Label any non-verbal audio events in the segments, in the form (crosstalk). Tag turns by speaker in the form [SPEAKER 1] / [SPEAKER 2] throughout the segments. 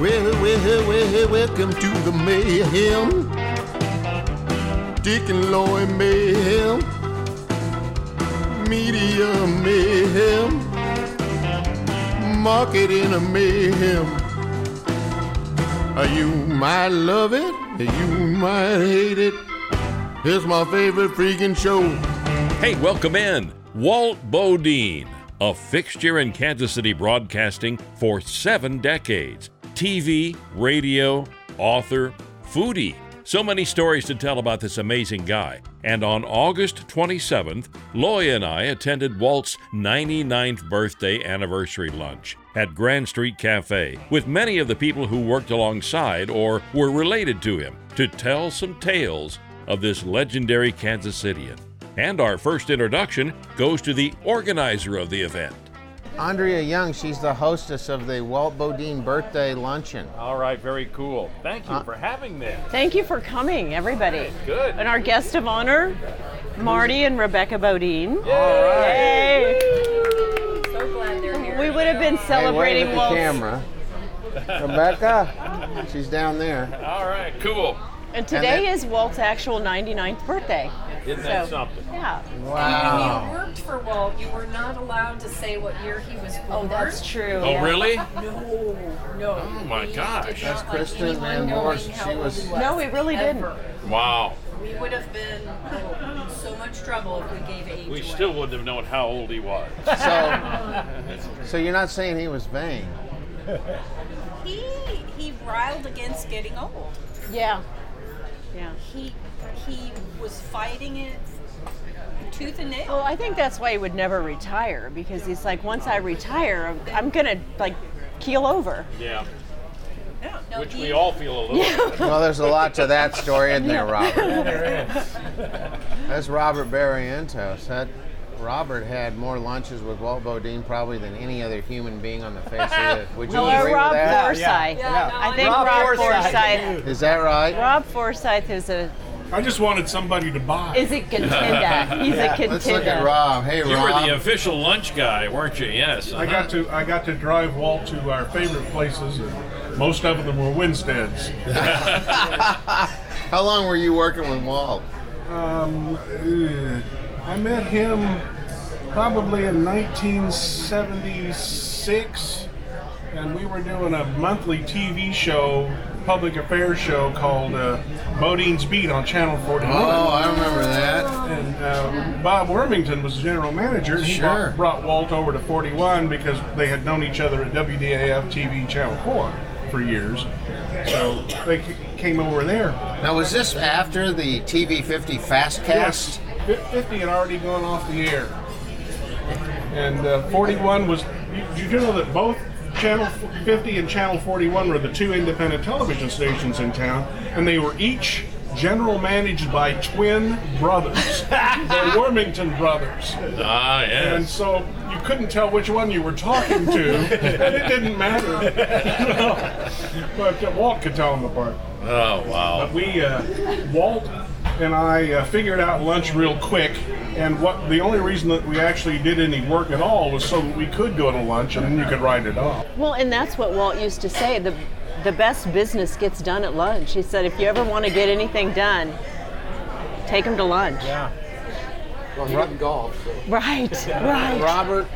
[SPEAKER 1] Well, well, well, welcome to the mayhem. Dick and Lloyd mayhem. Media mayhem. Marketing a mayhem. Uh, You might love it, you might hate it. It's my favorite freaking show.
[SPEAKER 2] Hey, welcome in. Walt Bodine, a fixture in Kansas City broadcasting for seven decades. TV, radio, author, foodie. So many stories to tell about this amazing guy. And on August 27th, Loy and I attended Walt's 99th birthday anniversary lunch at Grand Street Cafe with many of the people who worked alongside or were related to him to tell some tales of this legendary Kansas Cityan. And our first introduction goes to the organizer of the event.
[SPEAKER 3] Andrea Young, she's the hostess of the Walt Bodine birthday luncheon. Uh,
[SPEAKER 4] All right, very cool. Thank you for having me.
[SPEAKER 5] Thank you for coming, everybody.
[SPEAKER 4] Good.
[SPEAKER 5] And our guest of honor, Marty and Rebecca Bodine.
[SPEAKER 4] All right.
[SPEAKER 5] Yay!
[SPEAKER 6] So glad they're here.
[SPEAKER 5] We would have been
[SPEAKER 3] Hey, wave
[SPEAKER 5] celebrating
[SPEAKER 3] at the
[SPEAKER 5] Walt's.
[SPEAKER 3] camera. Rebecca, she's down there.
[SPEAKER 4] All right, cool.
[SPEAKER 5] And today
[SPEAKER 3] then-
[SPEAKER 5] is Walt's actual 99th birthday.
[SPEAKER 4] Isn't that
[SPEAKER 5] So-
[SPEAKER 4] something?
[SPEAKER 5] Yeah.
[SPEAKER 6] And when you worked for Walt, you were not allowed to say what year he was born.
[SPEAKER 5] true.
[SPEAKER 2] Oh, really?
[SPEAKER 6] (laughs) No, no. Oh
[SPEAKER 2] my gosh.
[SPEAKER 3] That's Kristen Van Morse. She was-
[SPEAKER 5] No, we really
[SPEAKER 2] Wow.
[SPEAKER 6] We would have been oh, in so much trouble if we gave age.
[SPEAKER 2] We
[SPEAKER 6] away.
[SPEAKER 2] still wouldn't have known how old he was.
[SPEAKER 3] So,
[SPEAKER 2] (laughs)
[SPEAKER 3] so you're not saying he was vain.
[SPEAKER 5] (laughs)
[SPEAKER 6] He he riled against getting old.
[SPEAKER 5] Yeah. Yeah.
[SPEAKER 6] He he was fighting it tooth and nail.
[SPEAKER 5] Well, I think that's why he would never retire because he's like, once I retire, I'm- I'm gonna like keel over.
[SPEAKER 2] Yeah.
[SPEAKER 6] No, no,
[SPEAKER 2] Which
[SPEAKER 6] he-
[SPEAKER 2] we all feel a
[SPEAKER 6] (laughs)
[SPEAKER 2] little bit.
[SPEAKER 3] Well, there's a lot to that story, isn't there, Robert? That's Robert Barrientos. That Robert had more lunches with Walt Bodine probably than any other human being on the face of the. Would you
[SPEAKER 5] Hello,
[SPEAKER 3] agree
[SPEAKER 5] Rob
[SPEAKER 3] with that?
[SPEAKER 5] Forsythe.
[SPEAKER 6] Yeah, no,
[SPEAKER 5] I think
[SPEAKER 6] know.
[SPEAKER 5] Rob, Forsythe.
[SPEAKER 3] Is that right?
[SPEAKER 5] Rob Forsythe is a
[SPEAKER 7] I just wanted somebody to buy.
[SPEAKER 5] is a contender. He's a contender.
[SPEAKER 3] Let's look at Rob. Hey,
[SPEAKER 2] You were
[SPEAKER 3] Rob.
[SPEAKER 2] the uh, official lunch guy, weren't you? Yes. uh-huh.
[SPEAKER 7] I got to I got to drive Walt to our favorite places. and Most of them were Winsteads.
[SPEAKER 3] (laughs) How long were you working with Walt?
[SPEAKER 7] Um, uh, I met him probably in 1976, and we were doing a monthly TV show, public affairs show called uh, Bodine's Beat on Channel 41.
[SPEAKER 3] Oh, I remember that.
[SPEAKER 7] And uh, Bob Wormington was the general manager. and He
[SPEAKER 3] Sure.
[SPEAKER 7] brought, brought Walt over to 41 because they had known each other at WDAF TV Channel 4 for years. So they c- came over there.
[SPEAKER 3] Now, was this after the TV 50 Fast Cast?
[SPEAKER 7] Fif- 50 had already gone off the air. And uh, 41 was. You, you do know that both Channel 50 and Channel 41 were the two independent television stations in town, and they were each general managed by twin brothers, the Wormington brothers.
[SPEAKER 2] Ah,
[SPEAKER 7] And
[SPEAKER 2] yes.
[SPEAKER 7] so you couldn't tell which one you were talking to, and it didn't matter. (laughs)
[SPEAKER 2] (laughs)
[SPEAKER 7] You know? But uh, Walt could tell them apart.
[SPEAKER 2] Oh, wow.
[SPEAKER 7] But we, uh, Walt and I uh, figured out lunch real quick, and what the only reason that we actually did any work at all was so that we could go to lunch and then you could write it off.
[SPEAKER 5] Well, and that's what Walt used to say. The the best business gets done at lunch. He said, if you ever want to get anything done, take him to lunch.
[SPEAKER 3] golf.
[SPEAKER 5] (laughs) Right, right.
[SPEAKER 3] Robert,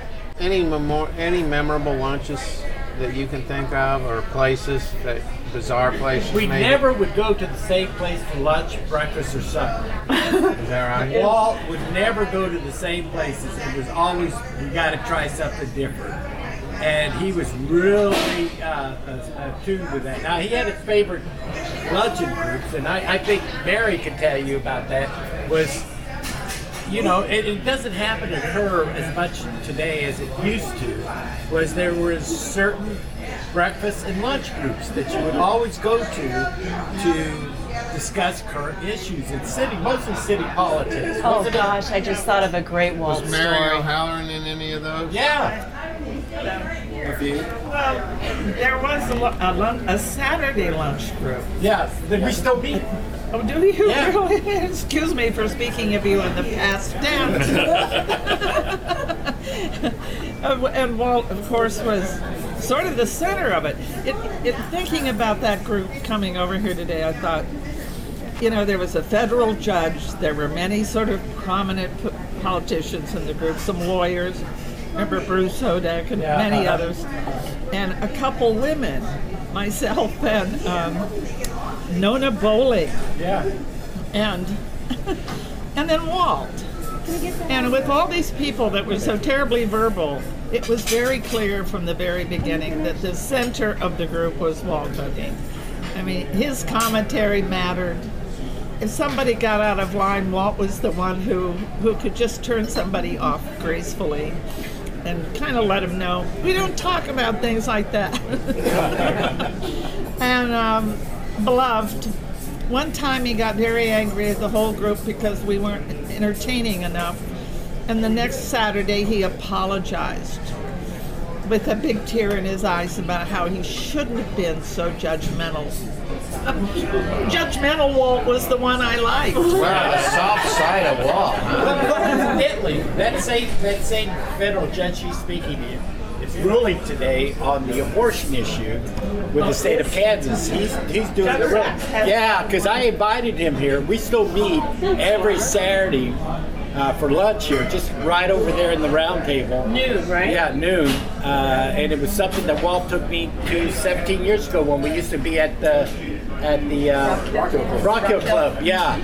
[SPEAKER 3] any memor- any memorable lunches that you can think of, or places that bizarre places?
[SPEAKER 8] We
[SPEAKER 3] maybe?
[SPEAKER 8] never would go to the same place for lunch, breakfast, or supper.
[SPEAKER 3] Is that right?
[SPEAKER 8] (laughs) Walt would never go to the same places. It was always we got to try something different. And he was really uh, uh, attuned with that. Now he had his favorite luncheon groups, and I, I think Mary could tell you about that. Was you know, it, it doesn't happen to her as much today as it used to. Was there was certain breakfast and lunch groups that you would always go to to discuss current issues in city, mostly city politics.
[SPEAKER 5] Oh
[SPEAKER 8] wasn't it?
[SPEAKER 5] gosh, I just thought of a great Walt
[SPEAKER 3] Was Mary
[SPEAKER 5] story.
[SPEAKER 3] O'Halloran in any of those?
[SPEAKER 8] Yeah. A few.
[SPEAKER 9] Well, there was a, lu- a, lun- a Saturday lunch group.
[SPEAKER 8] Yeah. Then we still meet.
[SPEAKER 9] Oh, do (laughs) you
[SPEAKER 8] Yeah.
[SPEAKER 9] really? Excuse me
[SPEAKER 8] (laughs)
[SPEAKER 9] for speaking of you in the past tense. of Uh, w- and Walt, of course, was sort of the center of it. it. it. Thinking about that group coming over here today, I thought, you know, there was a federal judge. There were many sort of prominent p- politicians in the group, some lawyers. Remember Bruce Hodak and
[SPEAKER 8] Yeah. uh-huh.
[SPEAKER 9] many others, and a couple women, myself and um, Nona Bowling,
[SPEAKER 8] Yeah.
[SPEAKER 9] and and then Walt. And with all these people that were so terribly verbal, it was very clear from the very beginning that the center of the group was Walt Bundy. I mean, his commentary mattered. If somebody got out of line, Walt was the one who, who could just turn somebody off gracefully and kind of let them know, we don't talk about things like that. (laughs) and um, beloved. One time he got very angry at the whole group because we weren't entertaining enough. And the next Saturday he apologized with a big tear in his eyes about how he shouldn't have been so judgmental. (laughs) judgmental Walt was the one I liked.
[SPEAKER 3] Well, the soft side of wall, huh?
[SPEAKER 8] Coincidentally, that same that same federal judge she's speaking to is ruling today on the abortion issue with the state of Kansas. He's he's doing the ruling. Yeah, because I invited him here. We still meet every Saturday. Uh, for lunch here, just right over there in the round table. Noon, right? Yeah, noon. Uh, and it was something that Walt took me to 17 years ago when we used to be at the at the uh, Rock Hill Club. Yeah,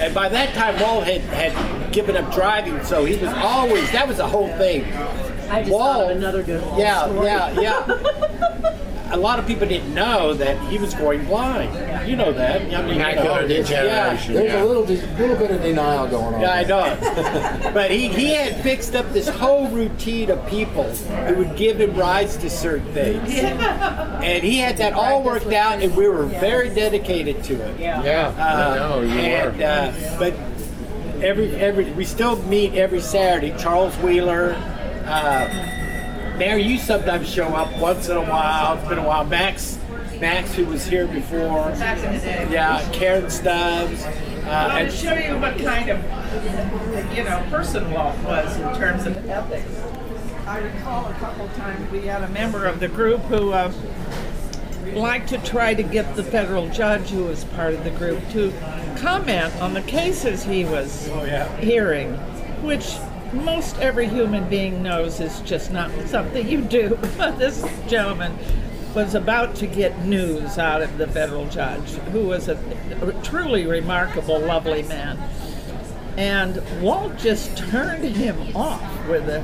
[SPEAKER 8] and by that time Walt had had given up driving, so he was always that was the whole thing. I
[SPEAKER 5] just thought of another good Walt
[SPEAKER 8] yeah,
[SPEAKER 5] story.
[SPEAKER 8] yeah, yeah. A lot of people didn't know that he was going blind. You know that. I mean, you know,
[SPEAKER 3] Macular degeneration.
[SPEAKER 8] Yeah,
[SPEAKER 10] There's a little, de- little bit of denial going on.
[SPEAKER 8] yeah, I know. but he, he had fixed up this whole routine of people who would give him rides to certain things. And he had that all worked out, and we were very dedicated to it.
[SPEAKER 3] Yeah,
[SPEAKER 8] Uh,
[SPEAKER 3] I know, you
[SPEAKER 8] and,
[SPEAKER 3] were.
[SPEAKER 8] Uh, but every every we still meet every Saturday. Charles Wheeler, uh, Mary, you sometimes show up once in a while. It's been a while. Max, Max, who was here before. Yeah, Karen Stubbs.
[SPEAKER 9] I
[SPEAKER 8] Uh,
[SPEAKER 9] want to
[SPEAKER 8] and,
[SPEAKER 9] show you what kind of, you know, person Walt was in terms of ethics. I recall a couple times we had a member of the group who uh, liked to try to get the federal judge, who was part of the group, to comment on the cases he was
[SPEAKER 8] Oh,
[SPEAKER 9] hearing, which most every human being knows is just not something you do. (laughs) this gentleman was about to get news out of the federal judge, who was a, a truly remarkable, lovely man. And Walt just turned him off with a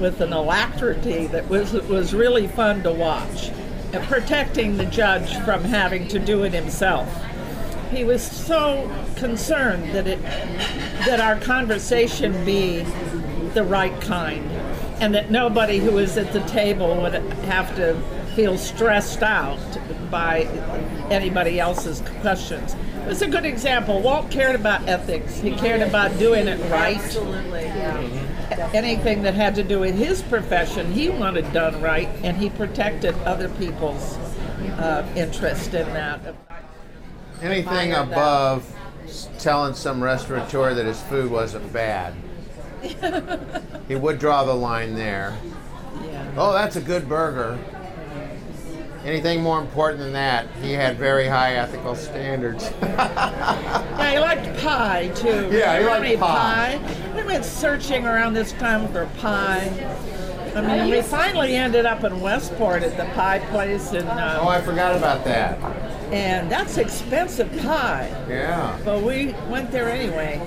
[SPEAKER 9] with an alacrity that was was really fun to watch, and protecting the judge from having to do it himself. He was so concerned that it that our conversation be the right kind, and that nobody who was at the table would have to feel stressed out by anybody else's questions. It was a good example. Walt cared about ethics. He cared about doing it right. Absolutely.
[SPEAKER 5] Mm-hmm.
[SPEAKER 9] Anything that had to do with his profession, he wanted done right, and he protected other people's uh, interest in that.
[SPEAKER 3] Anything above s- telling some restaurateur that his food wasn't bad, he would draw the line there.
[SPEAKER 9] Yeah.
[SPEAKER 3] Oh, that's a good burger. Anything more important than that, he had very high ethical standards. (laughs)
[SPEAKER 9] Yeah, he liked pie too.
[SPEAKER 3] Yeah, he liked
[SPEAKER 9] Homemade
[SPEAKER 3] pie.
[SPEAKER 9] We went searching around this time for pie. I mean, we finally ended up in Westport at the pie place, and
[SPEAKER 3] oh,
[SPEAKER 9] uh,
[SPEAKER 3] I forgot about that.
[SPEAKER 9] and that's expensive pie,
[SPEAKER 3] Yeah.
[SPEAKER 9] but we went there anyway.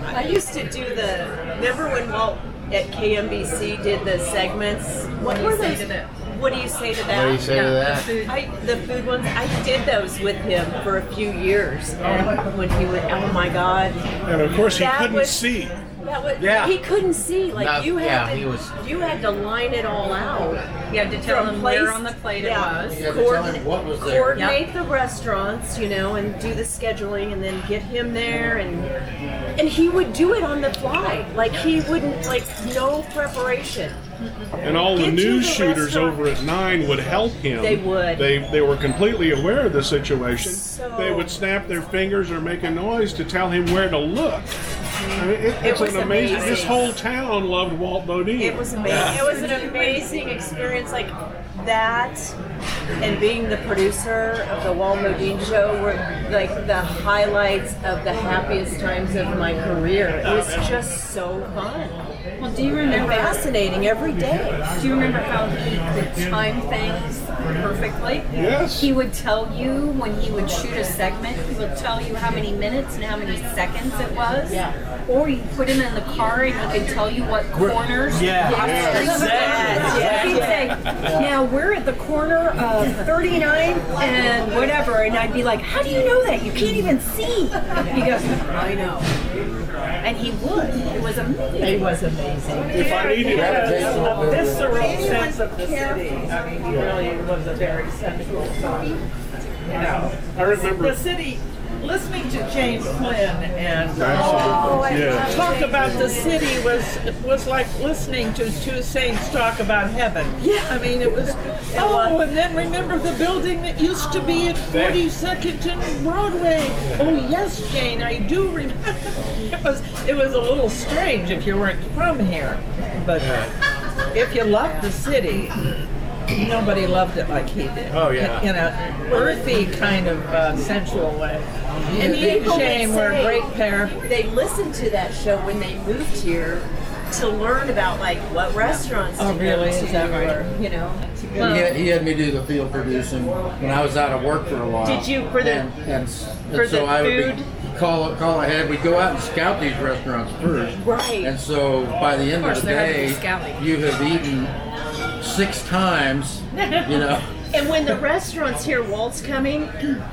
[SPEAKER 5] (laughs) I used to do the. Remember when Walt at KMBC did the segments? What, were those? What do you say to that?
[SPEAKER 3] What do you say to that?
[SPEAKER 5] I, the food ones, I did those with him for a few years. And when he would, oh my God.
[SPEAKER 7] And of course, he
[SPEAKER 5] That
[SPEAKER 7] couldn't
[SPEAKER 5] was-
[SPEAKER 7] see.
[SPEAKER 5] That was,
[SPEAKER 3] Yeah.
[SPEAKER 5] He couldn't see. Like
[SPEAKER 3] No,
[SPEAKER 5] you had
[SPEAKER 3] yeah,
[SPEAKER 5] to,
[SPEAKER 3] he was-
[SPEAKER 5] you had to line it all out.
[SPEAKER 6] You had to tell
[SPEAKER 5] From
[SPEAKER 6] them
[SPEAKER 5] place-
[SPEAKER 6] where on the plate
[SPEAKER 5] yeah.
[SPEAKER 6] it was.
[SPEAKER 10] You had to tell him what was there.
[SPEAKER 5] Coordinate the restaurants, you know, and do the scheduling, and then get him there, and and he would do it on the fly. Like he wouldn't like no preparation.
[SPEAKER 7] And all the
[SPEAKER 5] Get to the
[SPEAKER 7] news shooters
[SPEAKER 5] restaurant.
[SPEAKER 7] over at Nine would help him.
[SPEAKER 5] They would.
[SPEAKER 7] They they were completely aware of the situation.
[SPEAKER 5] So-
[SPEAKER 7] They would snap their fingers or make a noise to tell him where to look. I mean, it,
[SPEAKER 5] It
[SPEAKER 7] it's
[SPEAKER 5] was
[SPEAKER 7] an amazing,
[SPEAKER 5] amazing.
[SPEAKER 7] This whole town loved Walt Bodine.
[SPEAKER 5] It was amazing. It was an amazing experience. Like that, and being the producer of the Wal Modine show were like the highlights of the happiest times of my career. It was just so fun.
[SPEAKER 6] Well, do you remember-
[SPEAKER 5] And fascinating every day?
[SPEAKER 6] Do you remember how he could time things perfectly?
[SPEAKER 5] Yes.
[SPEAKER 6] He would tell you when he would shoot a segment, he would tell you how many minutes and how many seconds it was.
[SPEAKER 5] Yeah.
[SPEAKER 6] Or you put him in the car and he could tell you what corners.
[SPEAKER 5] Yeah. Yeah. Exactly.
[SPEAKER 6] Yeah. He'd say,
[SPEAKER 5] Yeah.
[SPEAKER 6] now we're at the corner of 39 and whatever. And I'd be like, how do you know that? You can't even see. He goes, I know. And he would. It was amazing.
[SPEAKER 9] It was amazing.
[SPEAKER 6] If I needed-
[SPEAKER 9] had a visceral
[SPEAKER 6] Anyone
[SPEAKER 9] sense of the city. I mean, he really was a very sensual song. You know,
[SPEAKER 7] I remember-
[SPEAKER 9] the city. Listening to James Flynn and
[SPEAKER 7] Absolutely.
[SPEAKER 9] I
[SPEAKER 7] Yeah.
[SPEAKER 9] love talk about the city was it was like listening to two saints talk about heaven. Yeah, I mean it was. oh, and then remember the building that used to be at
[SPEAKER 11] There.
[SPEAKER 9] 42nd and Broadway. Oh yes, Jane, I do remember. (laughs) It was it was a little strange if you weren't from here, but if you loved the city, nobody loved it like he did.
[SPEAKER 11] Oh, yeah.
[SPEAKER 9] in a earthy kind of uh, sensual way.
[SPEAKER 5] And
[SPEAKER 9] he and
[SPEAKER 5] people
[SPEAKER 9] Shane
[SPEAKER 5] would
[SPEAKER 9] were a
[SPEAKER 5] say
[SPEAKER 9] great pair.
[SPEAKER 5] They listened to that show when they moved here to learn about like what restaurants.
[SPEAKER 9] Oh,
[SPEAKER 5] to go
[SPEAKER 9] really?
[SPEAKER 5] to,
[SPEAKER 9] Is that right?
[SPEAKER 5] or, You know. to
[SPEAKER 10] He
[SPEAKER 5] go-
[SPEAKER 10] had, he had me do the field producing when I was out of work for a while.
[SPEAKER 5] Did you- for the-
[SPEAKER 10] and, and, s- and
[SPEAKER 5] for
[SPEAKER 10] so
[SPEAKER 5] the
[SPEAKER 10] I would be,
[SPEAKER 5] food?
[SPEAKER 10] call call ahead. We'd go out and scout these restaurants first.
[SPEAKER 5] Right.
[SPEAKER 10] And so by the end
[SPEAKER 5] Of
[SPEAKER 10] of,
[SPEAKER 5] course,
[SPEAKER 10] the
[SPEAKER 5] there had to be
[SPEAKER 10] day,
[SPEAKER 5] scouting.
[SPEAKER 10] you have eaten six times.
[SPEAKER 5] (laughs)
[SPEAKER 10] You know.
[SPEAKER 5] And when the restaurants hear Walt's coming, (clears throat)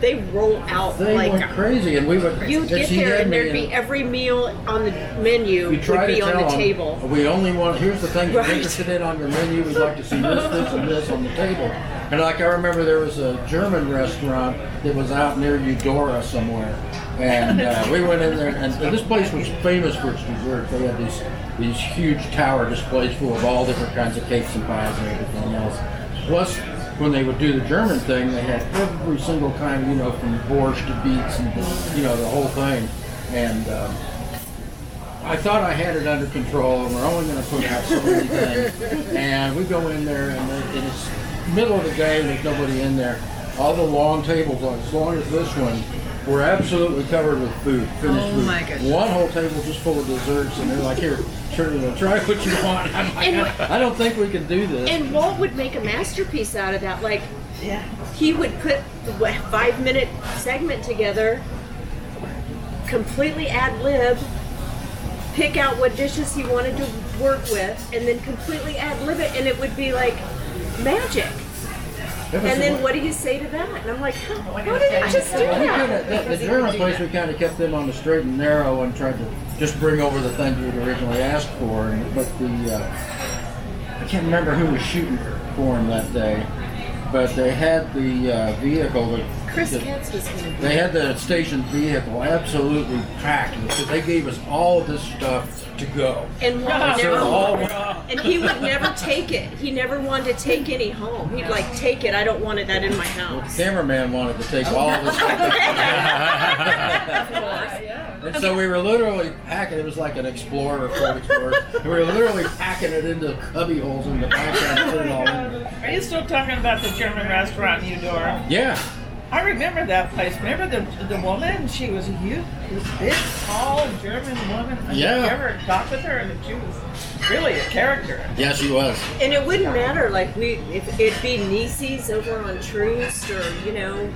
[SPEAKER 5] they roll out
[SPEAKER 10] They
[SPEAKER 5] like
[SPEAKER 10] went crazy, and we would.
[SPEAKER 5] You'd
[SPEAKER 10] and
[SPEAKER 5] get
[SPEAKER 10] she
[SPEAKER 5] there
[SPEAKER 10] had
[SPEAKER 5] and
[SPEAKER 10] me
[SPEAKER 5] there'd be every meal on the menu
[SPEAKER 10] You
[SPEAKER 5] would
[SPEAKER 10] try
[SPEAKER 5] be
[SPEAKER 10] to
[SPEAKER 5] on
[SPEAKER 10] tell
[SPEAKER 5] the
[SPEAKER 10] them,
[SPEAKER 5] table.
[SPEAKER 10] We only want. Here's the thing you're
[SPEAKER 5] Right.
[SPEAKER 10] interested in on your menu. We'd like to see this, this, and this on the table. And like I remember, there was a German restaurant that was out near Eudora somewhere, and uh, we went in there. And, and this place was famous for its desserts. They had these these huge tower displays full of all different kinds of cakes and pies and everything else. Plus, when they would do the German thing, they had every single kind, you know, from borscht to beets and you know the whole thing. And um, I thought I had it under control, and we're only going to put out so many things. And we go in there, and, it- and it's middle of the day, and there's nobody in there. All the long tables, like, as long as this one, were absolutely covered with food, finished
[SPEAKER 11] Oh,
[SPEAKER 10] food.
[SPEAKER 11] my goodness.
[SPEAKER 10] One whole table just full of desserts, and they're like, "Here, try, try what you want." (laughs) I'm like, I don't think we can do this.
[SPEAKER 5] And Walt would make a masterpiece out of that. Like, he would put the five minute segment together, completely ad lib, pick out what dishes he wanted to work with, and then completely ad lib it, and it would be like magic.
[SPEAKER 10] That
[SPEAKER 5] And
[SPEAKER 10] was
[SPEAKER 5] then
[SPEAKER 10] one-
[SPEAKER 5] what do you say to that? And I'm like, how how did I just do
[SPEAKER 10] We kinda-
[SPEAKER 5] that?
[SPEAKER 10] The, the German place, we kind of kept them on the straight and narrow and tried to just bring over the things we'd originally asked for. And, but the, uh, I can't remember who was shooting for them that day, but they had the uh, vehicle that.
[SPEAKER 5] Chris
[SPEAKER 10] that-
[SPEAKER 5] Katz was going to
[SPEAKER 10] They had the station vehicle absolutely packed. And so they gave us all this stuff to go.
[SPEAKER 5] And Walt
[SPEAKER 10] So
[SPEAKER 5] never,
[SPEAKER 10] it (laughs) all
[SPEAKER 5] and he would never take it. He never wanted to take any home. He'd like take it. I don't want it that in my house.
[SPEAKER 10] cameraman wanted to take all this and so we were literally packing it was like an explorer Ford explorer we were literally packing it into cubby holes in the background and putting it all in
[SPEAKER 9] Are you still talking about the German restaurant in Eudora?
[SPEAKER 10] yeah
[SPEAKER 9] I remember that place. Remember the the woman? She was a huge, this big, tall German woman. I
[SPEAKER 10] Yeah.
[SPEAKER 9] never talked with her, and she was really a character.
[SPEAKER 10] yeah she was
[SPEAKER 5] And it wouldn't matter, like we, if it'd be Nieces over on Troost or you know,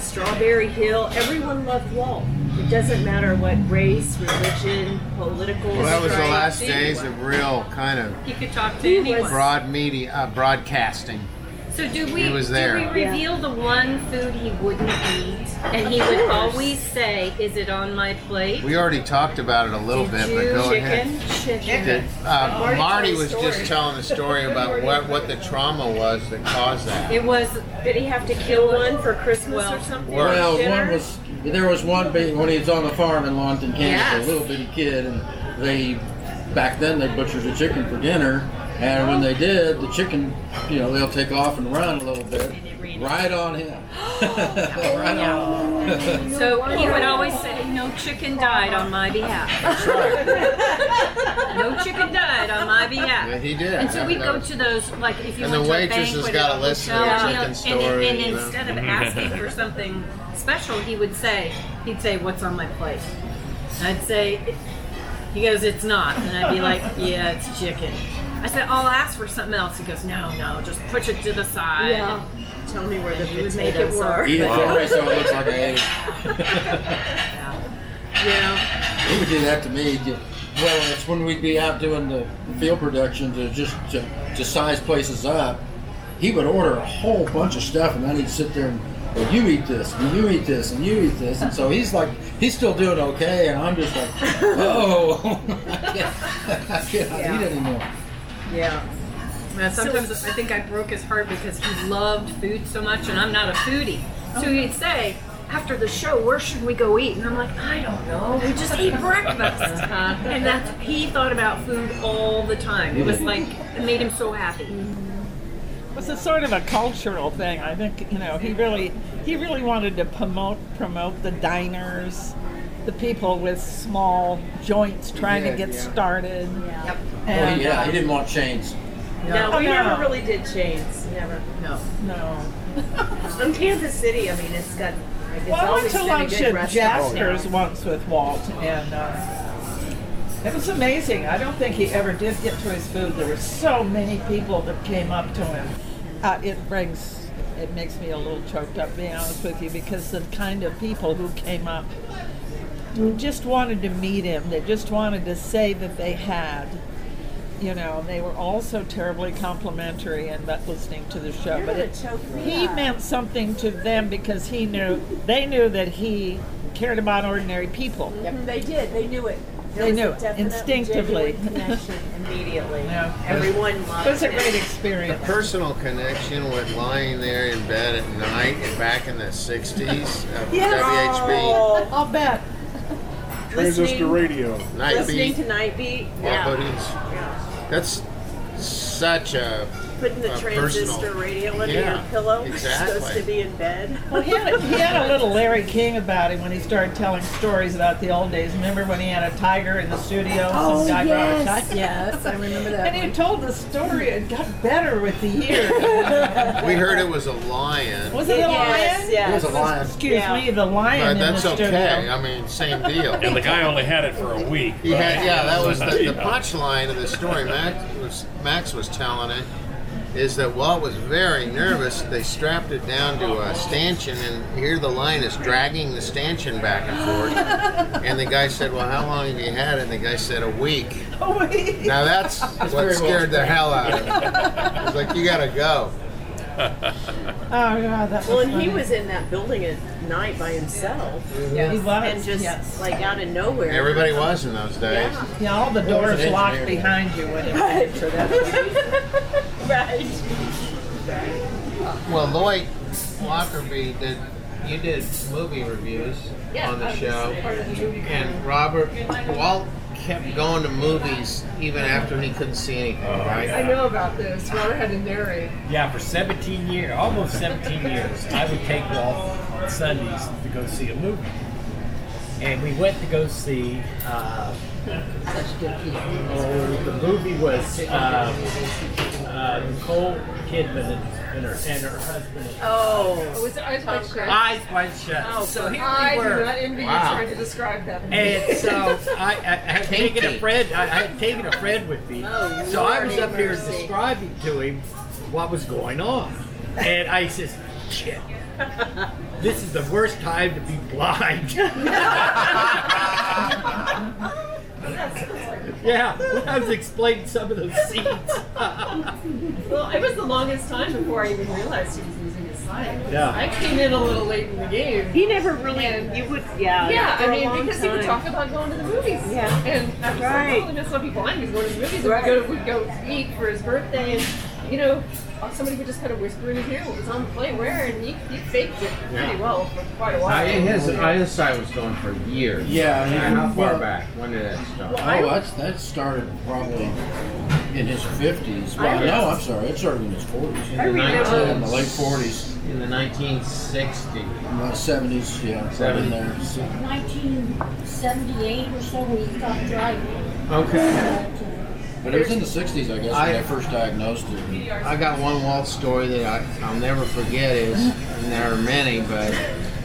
[SPEAKER 5] Strawberry Hill. Everyone loved Walt. It doesn't matter what race, religion, political.
[SPEAKER 3] Well, that was the
[SPEAKER 5] stripe.
[SPEAKER 3] last days of real kind of
[SPEAKER 6] He could talk to
[SPEAKER 5] He
[SPEAKER 6] anyone.
[SPEAKER 3] broad media uh, broadcasting.
[SPEAKER 6] So do we?
[SPEAKER 3] He was
[SPEAKER 6] Do
[SPEAKER 3] there.
[SPEAKER 6] we reveal the one food he wouldn't eat, and he
[SPEAKER 5] Of
[SPEAKER 6] would
[SPEAKER 5] course.
[SPEAKER 6] always say, "Is it on my plate?"
[SPEAKER 3] We already talked about it a little bit, but go ahead. Did- uh,
[SPEAKER 6] Marty
[SPEAKER 3] Marty
[SPEAKER 6] told
[SPEAKER 3] was
[SPEAKER 6] a
[SPEAKER 3] just
[SPEAKER 6] story.
[SPEAKER 3] telling the story about what, what the trauma was that caused that.
[SPEAKER 5] It was. Did he have to kill one for Christmas or something? for
[SPEAKER 10] well
[SPEAKER 5] dinner?
[SPEAKER 10] one was there was one big when he was on the farm in Lawton, Kansas
[SPEAKER 5] Yes.
[SPEAKER 10] a little bitty kid and they back then they butchered a chicken for dinner And when they did, the chicken, you know, they'll take off and run a little bit, right on him. (laughs) right on.
[SPEAKER 11] So he would always say, "No chicken died on my behalf." That's right. no chicken died on my behalf.
[SPEAKER 3] Yeah, he did.
[SPEAKER 11] And so
[SPEAKER 3] I
[SPEAKER 11] we go
[SPEAKER 3] noticed.
[SPEAKER 11] to those, like if you
[SPEAKER 3] And the
[SPEAKER 11] went to a
[SPEAKER 3] waitress has
[SPEAKER 11] banquet
[SPEAKER 3] gotta
[SPEAKER 11] at a
[SPEAKER 3] listen to
[SPEAKER 11] hotel,
[SPEAKER 3] the
[SPEAKER 11] you know,
[SPEAKER 3] chicken
[SPEAKER 11] and-
[SPEAKER 3] story,
[SPEAKER 11] And,
[SPEAKER 3] you know.
[SPEAKER 11] instead of asking
[SPEAKER 3] (laughs)
[SPEAKER 11] for something special, he would say, he'd say, "What's on my plate?" And I'd say, "He goes, it's not," and I'd be like, "Yeah, it's chicken." I said, "I'll ask for something else." He goes, "No, no, just push it to the side."
[SPEAKER 5] Yeah. Tell me where the
[SPEAKER 11] And he would make it
[SPEAKER 5] potatoes
[SPEAKER 11] work.
[SPEAKER 5] are.
[SPEAKER 10] Eat it
[SPEAKER 11] Wow.
[SPEAKER 10] anyway, so it looks like I ate it.
[SPEAKER 11] Yeah.
[SPEAKER 10] He would do that to me. Ju- Well, it's when we'd be out doing the field production to just to, to size places up. He would order a whole bunch of stuff, and then he'd sit there and, well, you eat this, and you eat this, and you eat this. And so he's like, he's still doing okay, and I'm just like, (laughs) oh, I cannot eat anymore.
[SPEAKER 11] Yeah. Yeah, sometimes I think I broke his heart because he loved food so much, and I'm not a foodie.
[SPEAKER 12] Oh.
[SPEAKER 11] So he'd say, after the show, where should we go eat? And I'm like, I don't know.
[SPEAKER 12] (laughs)
[SPEAKER 11] We just eat breakfast. and that's, he thought about food all the time. It was
[SPEAKER 12] Mm-hmm.
[SPEAKER 11] like, it made him so happy.
[SPEAKER 9] It's a sort of a cultural thing. I think you know he really he really wanted to promote promote the diners, the people with small joints trying
[SPEAKER 10] Yeah,
[SPEAKER 9] to get
[SPEAKER 10] yeah.
[SPEAKER 9] started.
[SPEAKER 10] Well,
[SPEAKER 9] And,
[SPEAKER 10] yeah,
[SPEAKER 9] uh,
[SPEAKER 10] he didn't want chains.
[SPEAKER 5] No,
[SPEAKER 9] Oh,
[SPEAKER 5] we
[SPEAKER 9] no.
[SPEAKER 5] never really did chains. Never. No.
[SPEAKER 9] No.
[SPEAKER 5] (laughs) In Kansas City, I mean, it's got. Like, it's
[SPEAKER 9] Well, I went
[SPEAKER 5] always
[SPEAKER 9] to
[SPEAKER 5] been
[SPEAKER 9] lunch
[SPEAKER 5] a good
[SPEAKER 9] at
[SPEAKER 5] restaurant.
[SPEAKER 9] Jasper's once with Walt, and uh, it was amazing. I don't think he ever did get to his food. There were so many people that came up to him. Uh, it brings, it makes me a little choked up, being honest with you, because the kind of people who came up who just wanted to meet him, they just wanted to say that they had. You know, they were all so terribly complimentary and but listening to the show. but it, he meant something to them because he knew they knew that he cared about ordinary people.
[SPEAKER 13] They did. They knew it.
[SPEAKER 9] They knew it instinctively.
[SPEAKER 5] immediately.
[SPEAKER 9] Yeah. (laughs)
[SPEAKER 5] Everyone loved
[SPEAKER 9] It was a
[SPEAKER 5] it.
[SPEAKER 9] great experience.
[SPEAKER 3] The personal connection with lying there in bed at night and back in the uh, 60s of WHB,
[SPEAKER 9] Oh, I'll bet.
[SPEAKER 7] Transistor
[SPEAKER 5] Listening-
[SPEAKER 7] radio.
[SPEAKER 3] Night
[SPEAKER 5] Listening
[SPEAKER 3] Beat,
[SPEAKER 5] to Night Beat.
[SPEAKER 3] Wild
[SPEAKER 5] Yeah.
[SPEAKER 3] Bodies. That's such a.
[SPEAKER 5] Putting the
[SPEAKER 3] a
[SPEAKER 5] transistor
[SPEAKER 3] Uh, personal-
[SPEAKER 5] radio under
[SPEAKER 3] Yeah,
[SPEAKER 5] your pillow. (laughs) You're supposed
[SPEAKER 3] exactly.
[SPEAKER 5] to be in bed.
[SPEAKER 9] Well, he had, a, he had a
[SPEAKER 5] (laughs)
[SPEAKER 9] little Larry King about him when he started telling stories about the old days. Remember when he had a tiger in the studio? Some guy brought a tiger.
[SPEAKER 13] yes, I remember that.
[SPEAKER 9] And he told the story. It got better with the years. (laughs)
[SPEAKER 3] We heard it was a lion.
[SPEAKER 9] Was it a
[SPEAKER 5] Yes,
[SPEAKER 9] lion?
[SPEAKER 5] yes.
[SPEAKER 3] It was a lion.
[SPEAKER 9] Excuse
[SPEAKER 5] Yeah.
[SPEAKER 9] me, the lion
[SPEAKER 3] But
[SPEAKER 9] in
[SPEAKER 3] that's
[SPEAKER 9] the studio.
[SPEAKER 3] okay. I mean, same deal.
[SPEAKER 4] And the guy only had it for a week.
[SPEAKER 3] He had, yeah, that was the, the punchline of the story. Max was, Max was telling it is that Walt was very nervous. They strapped it down to a stanchion, and here the line is dragging the stanchion back and forth. And the guy said, "Well, how long have you had it?" And the guy said, "A week."
[SPEAKER 9] Oh, wait.
[SPEAKER 3] Now
[SPEAKER 10] (laughs)
[SPEAKER 3] that's what
[SPEAKER 10] very
[SPEAKER 3] scared the
[SPEAKER 10] well
[SPEAKER 3] hell out of him. It's like you gotta go.
[SPEAKER 9] Oh, God, that was
[SPEAKER 5] Well, and
[SPEAKER 9] funny.
[SPEAKER 5] he was in that building at night by himself,
[SPEAKER 9] He was.
[SPEAKER 5] and just
[SPEAKER 9] yes.
[SPEAKER 5] like out of nowhere.
[SPEAKER 3] Everybody was in those days.
[SPEAKER 5] Yeah.
[SPEAKER 9] Yeah, all the doors
[SPEAKER 10] an
[SPEAKER 9] locked
[SPEAKER 10] engineer.
[SPEAKER 9] behind you when you went into that.
[SPEAKER 5] right.
[SPEAKER 3] (laughs) Well, Lloyd Lockerbie did. You did movie reviews on the show, and Robert Walt kept going to movies even after he couldn't see anything.
[SPEAKER 10] Oh,
[SPEAKER 3] Right?
[SPEAKER 13] I know about this. Robert had to narrate.
[SPEAKER 8] Yeah, for 17 years, almost 17 years, I would take Walt on Sundays to go see a movie. And we went to go see. Uh, oh, the movie was um, uh, Nicole Kidman and, and, her, and her husband.
[SPEAKER 5] Oh.
[SPEAKER 13] Was it eyes wide shut?
[SPEAKER 8] Eyes wide shut. so here
[SPEAKER 13] Oh, I
[SPEAKER 8] we
[SPEAKER 13] do
[SPEAKER 8] were.
[SPEAKER 13] not envy you
[SPEAKER 3] Wow.
[SPEAKER 13] trying to describe that.
[SPEAKER 8] And so I, I had taken a
[SPEAKER 3] Kinky.
[SPEAKER 8] friend. I, I had taken a friend with me.
[SPEAKER 5] Oh,
[SPEAKER 8] so I was
[SPEAKER 5] Lordy
[SPEAKER 13] (laughs)
[SPEAKER 8] up here
[SPEAKER 5] mercy.
[SPEAKER 8] describing to him what was going on, and I says, "Shit, this is the worst time to be blind." (laughs) yeah, I was explaining some of those scenes.
[SPEAKER 13] Well, it was the longest time before I even realized he was losing his sight.
[SPEAKER 8] Yeah.
[SPEAKER 13] I came in a little late in the game.
[SPEAKER 5] He never really. you would. Yeah.
[SPEAKER 13] Yeah,
[SPEAKER 5] for
[SPEAKER 13] I
[SPEAKER 5] a
[SPEAKER 13] mean,
[SPEAKER 5] long
[SPEAKER 13] because he would
[SPEAKER 5] time.
[SPEAKER 13] talk about going to the movies.
[SPEAKER 5] Yeah.
[SPEAKER 13] And I was
[SPEAKER 5] Right.
[SPEAKER 13] like, oh, and that's why people blind. He's going to the movies.
[SPEAKER 5] Right.
[SPEAKER 13] And we'd go, we'd go eat for his birthday. And, you know, somebody would just kind of whisper in his ear what was on the plane where, and he, he faked it pretty well for quite a while.
[SPEAKER 3] his eyesight was going for years.
[SPEAKER 10] Yeah, I mean,
[SPEAKER 3] how far
[SPEAKER 10] well-
[SPEAKER 3] back? When did that start?
[SPEAKER 10] Oh, that's, that started probably in his 50s.
[SPEAKER 3] I
[SPEAKER 10] Well, no,
[SPEAKER 3] remember-
[SPEAKER 10] I'm sorry, it's already in his 40s.
[SPEAKER 3] I remember-
[SPEAKER 10] in the late 40s.
[SPEAKER 3] In the 1960s.
[SPEAKER 10] In the 70s, yeah. right in there.
[SPEAKER 12] 1978 or so when he stopped driving.
[SPEAKER 3] Okay.
[SPEAKER 10] But it was in the 60s, I guess,
[SPEAKER 3] I-
[SPEAKER 10] when I first diagnosed it.
[SPEAKER 3] I got one Walt story that I, I'll never forget is, and there are many, but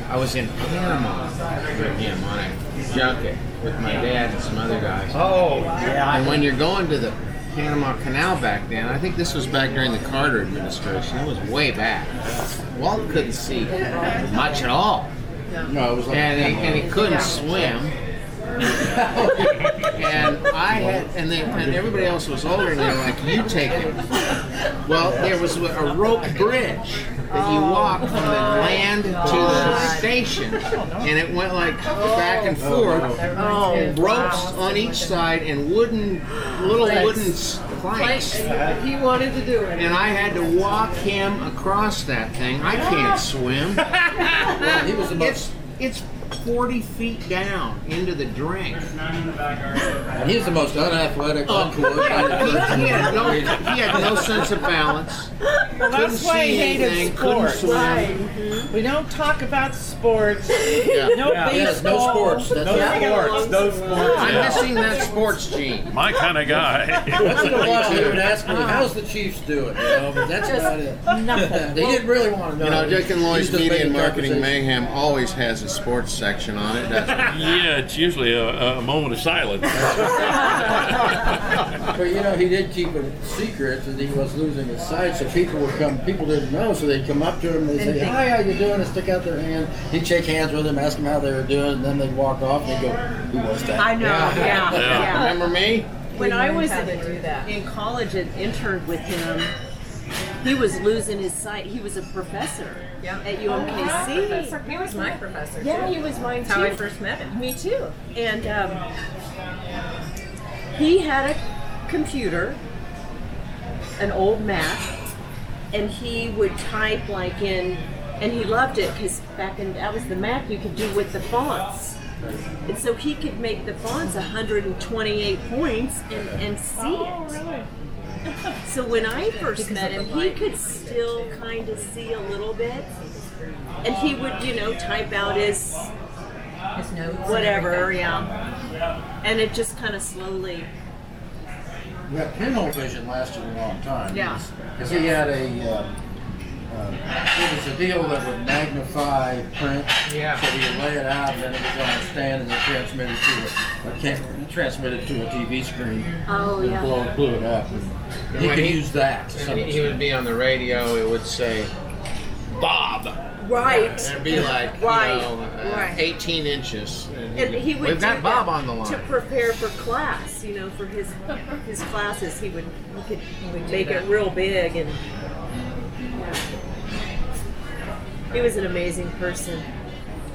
[SPEAKER 3] I was in Panama with him on a junket with my dad and some other guys.
[SPEAKER 8] Oh, yeah.
[SPEAKER 3] And when you're going to the Panama Canal back then, I think this was back during the Carter administration, it was way back. Walt couldn't see much at all.
[SPEAKER 10] No, it was like
[SPEAKER 3] and, he, and he couldn't swim. and I had, and, they, and everybody else was older, and they were like, "You take it." Well, there was a rope bridge that you walked from the land to the station, and it went like back and forth,
[SPEAKER 9] Oh, wow.
[SPEAKER 3] ropes on each side, and wooden little
[SPEAKER 13] Planks.
[SPEAKER 3] wooden s- planks.
[SPEAKER 13] Like, he wanted to do it.
[SPEAKER 3] And I had to walk him across that thing. I can't swim.
[SPEAKER 10] he was about-
[SPEAKER 3] it's, it's 40 feet down into the drink.
[SPEAKER 10] And he's the most unathletic, uncool.
[SPEAKER 3] Oh. (laughs) he, had no, he had no sense of balance.
[SPEAKER 9] Well, that's
[SPEAKER 3] Couldn't
[SPEAKER 9] why
[SPEAKER 3] see
[SPEAKER 9] he hated
[SPEAKER 3] anything, couldn't
[SPEAKER 9] sports. Mm-hmm.
[SPEAKER 3] swim.
[SPEAKER 9] We don't talk about sports.
[SPEAKER 3] (laughs) Yeah.
[SPEAKER 9] No
[SPEAKER 3] Yeah.
[SPEAKER 9] baseball.
[SPEAKER 3] Yes, no sports. That's
[SPEAKER 9] No
[SPEAKER 3] right.
[SPEAKER 9] sports.
[SPEAKER 8] No
[SPEAKER 3] I'm missing that sports gene.
[SPEAKER 2] My kind of
[SPEAKER 3] (laughs)
[SPEAKER 10] That's what a lot of people would
[SPEAKER 2] guy.
[SPEAKER 10] ask
[SPEAKER 3] Uh-huh.
[SPEAKER 9] Uh-huh.
[SPEAKER 10] me, how's the Chiefs doing? You know, but that's
[SPEAKER 12] Just
[SPEAKER 10] about it. they didn't really want to know.
[SPEAKER 3] You know, Dick and Lois
[SPEAKER 10] He's just
[SPEAKER 3] Media and
[SPEAKER 10] making
[SPEAKER 3] Marketing
[SPEAKER 10] conversation.
[SPEAKER 3] Mayhem always has a sports section on it, doesn't it?
[SPEAKER 2] Yeah, it's usually a, a moment of silence.
[SPEAKER 10] But you know, he did keep a secret that he was losing his sight, so people would come. People didn't know, so they'd come up to him and they'd say, "Hi, how you doing?" and stick out their hand. He'd shake hands with him, ask him how they were doing, and then they'd walk off and they'd go, "Who was that?"
[SPEAKER 9] I know, yeah, Yeah. yeah.
[SPEAKER 3] Remember me?
[SPEAKER 9] When I was
[SPEAKER 5] had
[SPEAKER 9] in,
[SPEAKER 5] to in college and interned with him, he was losing his sight. He was a professor at
[SPEAKER 11] Oh, my
[SPEAKER 5] UMKC.
[SPEAKER 11] professor. He was my professor,
[SPEAKER 5] Yeah,
[SPEAKER 11] too.
[SPEAKER 5] he was mine
[SPEAKER 11] That's
[SPEAKER 5] too.
[SPEAKER 11] how I first met him.
[SPEAKER 5] Me too. And um, he had a computer, an old Mac, and he would type like in, and he loved it because back in that was the Mac you could do with the fonts. And so he could make the fonts 128 points and, and see
[SPEAKER 11] Oh,
[SPEAKER 5] it. So when I first met him, he could still kind of see a little bit. And he would, you know, type out his
[SPEAKER 11] His notes. and
[SPEAKER 5] whatever,
[SPEAKER 11] everything.
[SPEAKER 5] yeah. And it just kind of slowly.
[SPEAKER 10] That pinhole vision lasted a long time.
[SPEAKER 5] Yeah.
[SPEAKER 10] Because he had a, um, uh, it was a deal that would magnify print. Yeah. So you lay it out, and then it was on a stand, and it transmitted to a, a cam- transmitted to a TV screen.
[SPEAKER 5] Oh,
[SPEAKER 10] and
[SPEAKER 5] yeah.
[SPEAKER 10] Blow, blew it up. And he
[SPEAKER 3] When
[SPEAKER 10] could
[SPEAKER 3] he-
[SPEAKER 10] use that. to some
[SPEAKER 3] And he would
[SPEAKER 10] extent.
[SPEAKER 3] be on the radio, it would say, Bob.
[SPEAKER 5] Right.
[SPEAKER 3] And it'd be like, you
[SPEAKER 5] Right,
[SPEAKER 3] know, uh,
[SPEAKER 5] right.
[SPEAKER 3] 18 inches.
[SPEAKER 5] And he would
[SPEAKER 3] We've
[SPEAKER 5] do
[SPEAKER 3] got Bob
[SPEAKER 5] that
[SPEAKER 3] on the line.
[SPEAKER 5] to prepare for class. You know, for his his classes, he would he could he would make it
[SPEAKER 11] that.
[SPEAKER 5] real big, and he was an amazing person.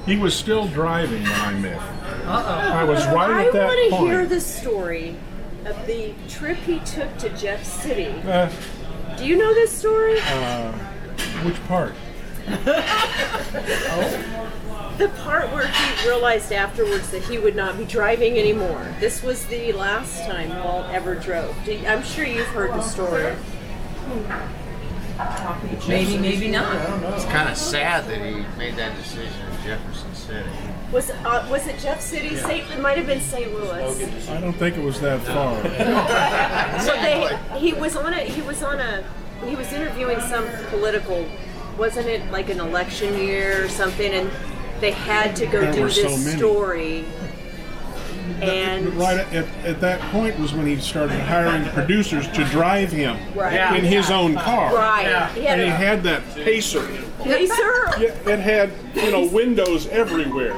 [SPEAKER 7] He was still driving when I met him.
[SPEAKER 5] Uh-oh.
[SPEAKER 7] I was right at that
[SPEAKER 5] I want to
[SPEAKER 7] point.
[SPEAKER 5] hear the story of the trip he took to Jeff City.
[SPEAKER 7] Uh,
[SPEAKER 5] Do you know this story?
[SPEAKER 7] uh, which part? Oh.
[SPEAKER 5] The part where he realized afterwards that he would not be driving anymore. This was the last time Walt ever drove. Do- I'm sure you've heard the story.
[SPEAKER 11] Maybe, maybe
[SPEAKER 3] I
[SPEAKER 11] not.
[SPEAKER 3] don't know. It's kind of sad that he made that decision in Jefferson City.
[SPEAKER 5] Was uh, was it Jeff City?
[SPEAKER 7] Yeah.
[SPEAKER 5] St. It might have been St. Louis.
[SPEAKER 7] I don't think it was that far.
[SPEAKER 5] So they he was on a he was on a he was interviewing some political, wasn't it like an election year or something? And they had to go
[SPEAKER 7] There
[SPEAKER 5] do
[SPEAKER 7] were so
[SPEAKER 5] this
[SPEAKER 7] many.
[SPEAKER 5] story. (laughs) And
[SPEAKER 7] right at, at that point was when he started hiring producers to drive him
[SPEAKER 5] Right. Yeah.
[SPEAKER 7] in his own car.
[SPEAKER 5] Right. Yeah. He had
[SPEAKER 7] And he
[SPEAKER 5] a-
[SPEAKER 7] had that pacer.
[SPEAKER 5] Pacer.
[SPEAKER 7] Yeah, It had you know windows everywhere.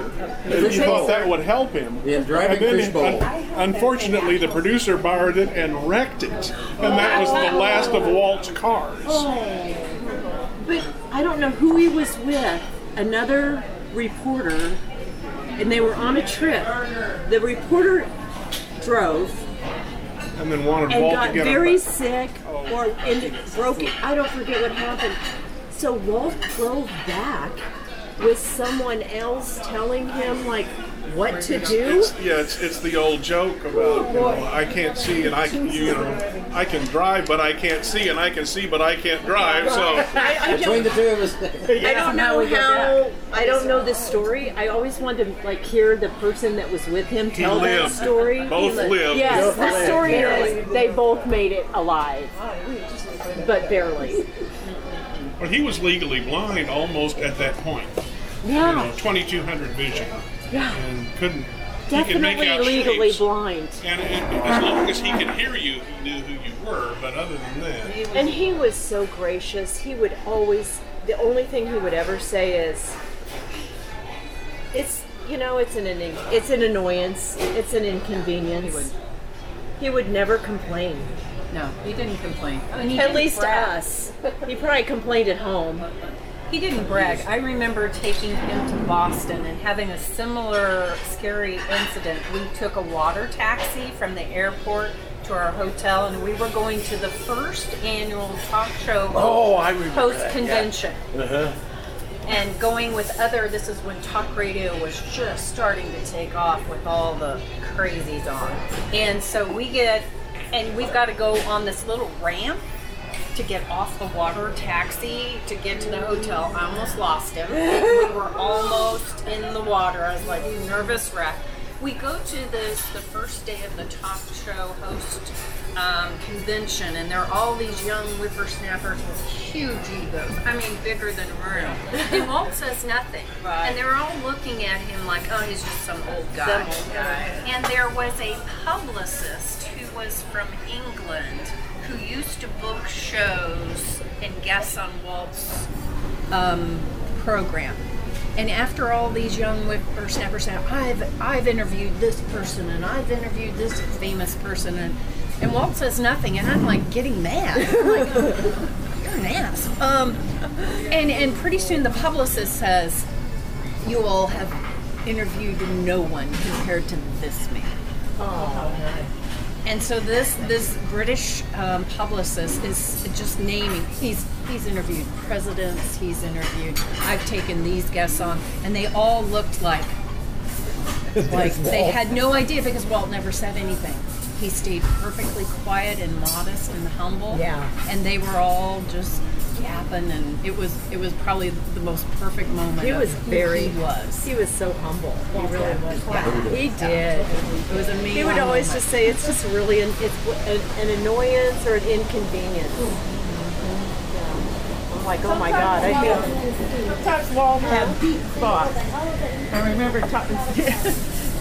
[SPEAKER 7] And you thought that would help him.
[SPEAKER 10] Yeah, driving
[SPEAKER 7] And then,
[SPEAKER 10] fishbowl.
[SPEAKER 7] un- unfortunately, the producer borrowed it and wrecked it, and that was the last of Walt's cars.
[SPEAKER 5] But I don't know who he was with, another reporter, and they were on a trip. The reporter drove
[SPEAKER 7] And then wanted
[SPEAKER 5] and
[SPEAKER 7] Walt
[SPEAKER 5] got
[SPEAKER 7] to get
[SPEAKER 5] very
[SPEAKER 7] him.
[SPEAKER 5] sick
[SPEAKER 7] Oh,
[SPEAKER 5] or and broke it. I don't forget what happened. So Walt drove back with someone else telling him, like, what to do.
[SPEAKER 7] It's, yeah, it's, it's the old joke about you know, I can't see and I can you know I can drive but I can't see and I can see but I can't drive. So
[SPEAKER 5] I- I don't- Between the
[SPEAKER 10] two of us,
[SPEAKER 5] I don't know how. I don't know this story. I always wanted to like hear the person that was with him
[SPEAKER 7] He
[SPEAKER 5] tell that
[SPEAKER 7] lived.
[SPEAKER 5] story.
[SPEAKER 7] Both
[SPEAKER 5] He lived.
[SPEAKER 7] lived.
[SPEAKER 5] Yes,
[SPEAKER 7] Both
[SPEAKER 5] the
[SPEAKER 7] lived,
[SPEAKER 5] story
[SPEAKER 7] barely.
[SPEAKER 5] is they both made it alive, but barely.
[SPEAKER 7] But he was legally blind almost at that point. You
[SPEAKER 5] Yeah,
[SPEAKER 7] know, 2200 vision
[SPEAKER 5] yeah,
[SPEAKER 7] and couldn't. he could make
[SPEAKER 5] definitely
[SPEAKER 7] out
[SPEAKER 5] legally
[SPEAKER 7] shapes.
[SPEAKER 5] blind.
[SPEAKER 7] And, and as long as he could hear you, he knew who you were. But other than that,
[SPEAKER 5] And he was so gracious. He would always, the only thing he would ever say is, it's, you know, it's an, anno- it's an annoyance, it's an inconvenience. He would, never complain.
[SPEAKER 11] No, he didn't complain. Oh, and he
[SPEAKER 5] at
[SPEAKER 11] didn't
[SPEAKER 5] least
[SPEAKER 11] brag.
[SPEAKER 5] to us. He probably complained at home.
[SPEAKER 11] He didn't brag. I remember taking him to Boston and having a similar scary incident. We took a water taxi from the airport to our hotel, and we were going to the first annual talk show
[SPEAKER 14] Oh, I remember that, yeah.
[SPEAKER 11] post convention.
[SPEAKER 14] Uh-huh.
[SPEAKER 11] and going with other this is when talk radio was just starting to take off with all the crazies on and so we get and we've got to go on this little ramp to get off the water taxi to get to the hotel i almost lost him we were almost in the water i was like nervous wreck we go to this the first day of the talk show host um, convention, and there are all these young whippersnappers with huge egos. I mean, bigger than a
[SPEAKER 13] (laughs)
[SPEAKER 11] room. And Walt says nothing, and they're all looking at him like, "Oh, he's just some old guy."
[SPEAKER 13] Some old guy.
[SPEAKER 11] And there was a publicist who was from England who used to book shows and guess on Walt's um, program. And after all these young whippersnappers, now, I've I've interviewed this person and I've interviewed this famous person, and and Walt says nothing, and I'm like getting mad. I'm like, you're an ass. Um, and and pretty soon the publicist says, you all have interviewed no one compared to this man. And so this this British um, publicist is just naming. He's he's interviewed presidents. He's interviewed. I've taken these guests on, and they all looked like like they had no idea because Walt never said anything. He stayed perfectly quiet and modest and humble.
[SPEAKER 5] Yeah.
[SPEAKER 11] And they were all just yapping, and it was it was probably the most perfect moment.
[SPEAKER 5] He
[SPEAKER 11] of
[SPEAKER 5] was
[SPEAKER 11] who
[SPEAKER 5] very.
[SPEAKER 11] he was.
[SPEAKER 5] He was so humble. He really was.
[SPEAKER 11] Yeah.
[SPEAKER 5] He did. It
[SPEAKER 11] was amazing.
[SPEAKER 5] He would always just (laughs) say, "It's just really an, it's an, an annoyance or an inconvenience." I'm like, "Oh my God!" I feel.
[SPEAKER 9] Sometimes Walt had deep thoughts.
[SPEAKER 5] oh,
[SPEAKER 9] I remember talking.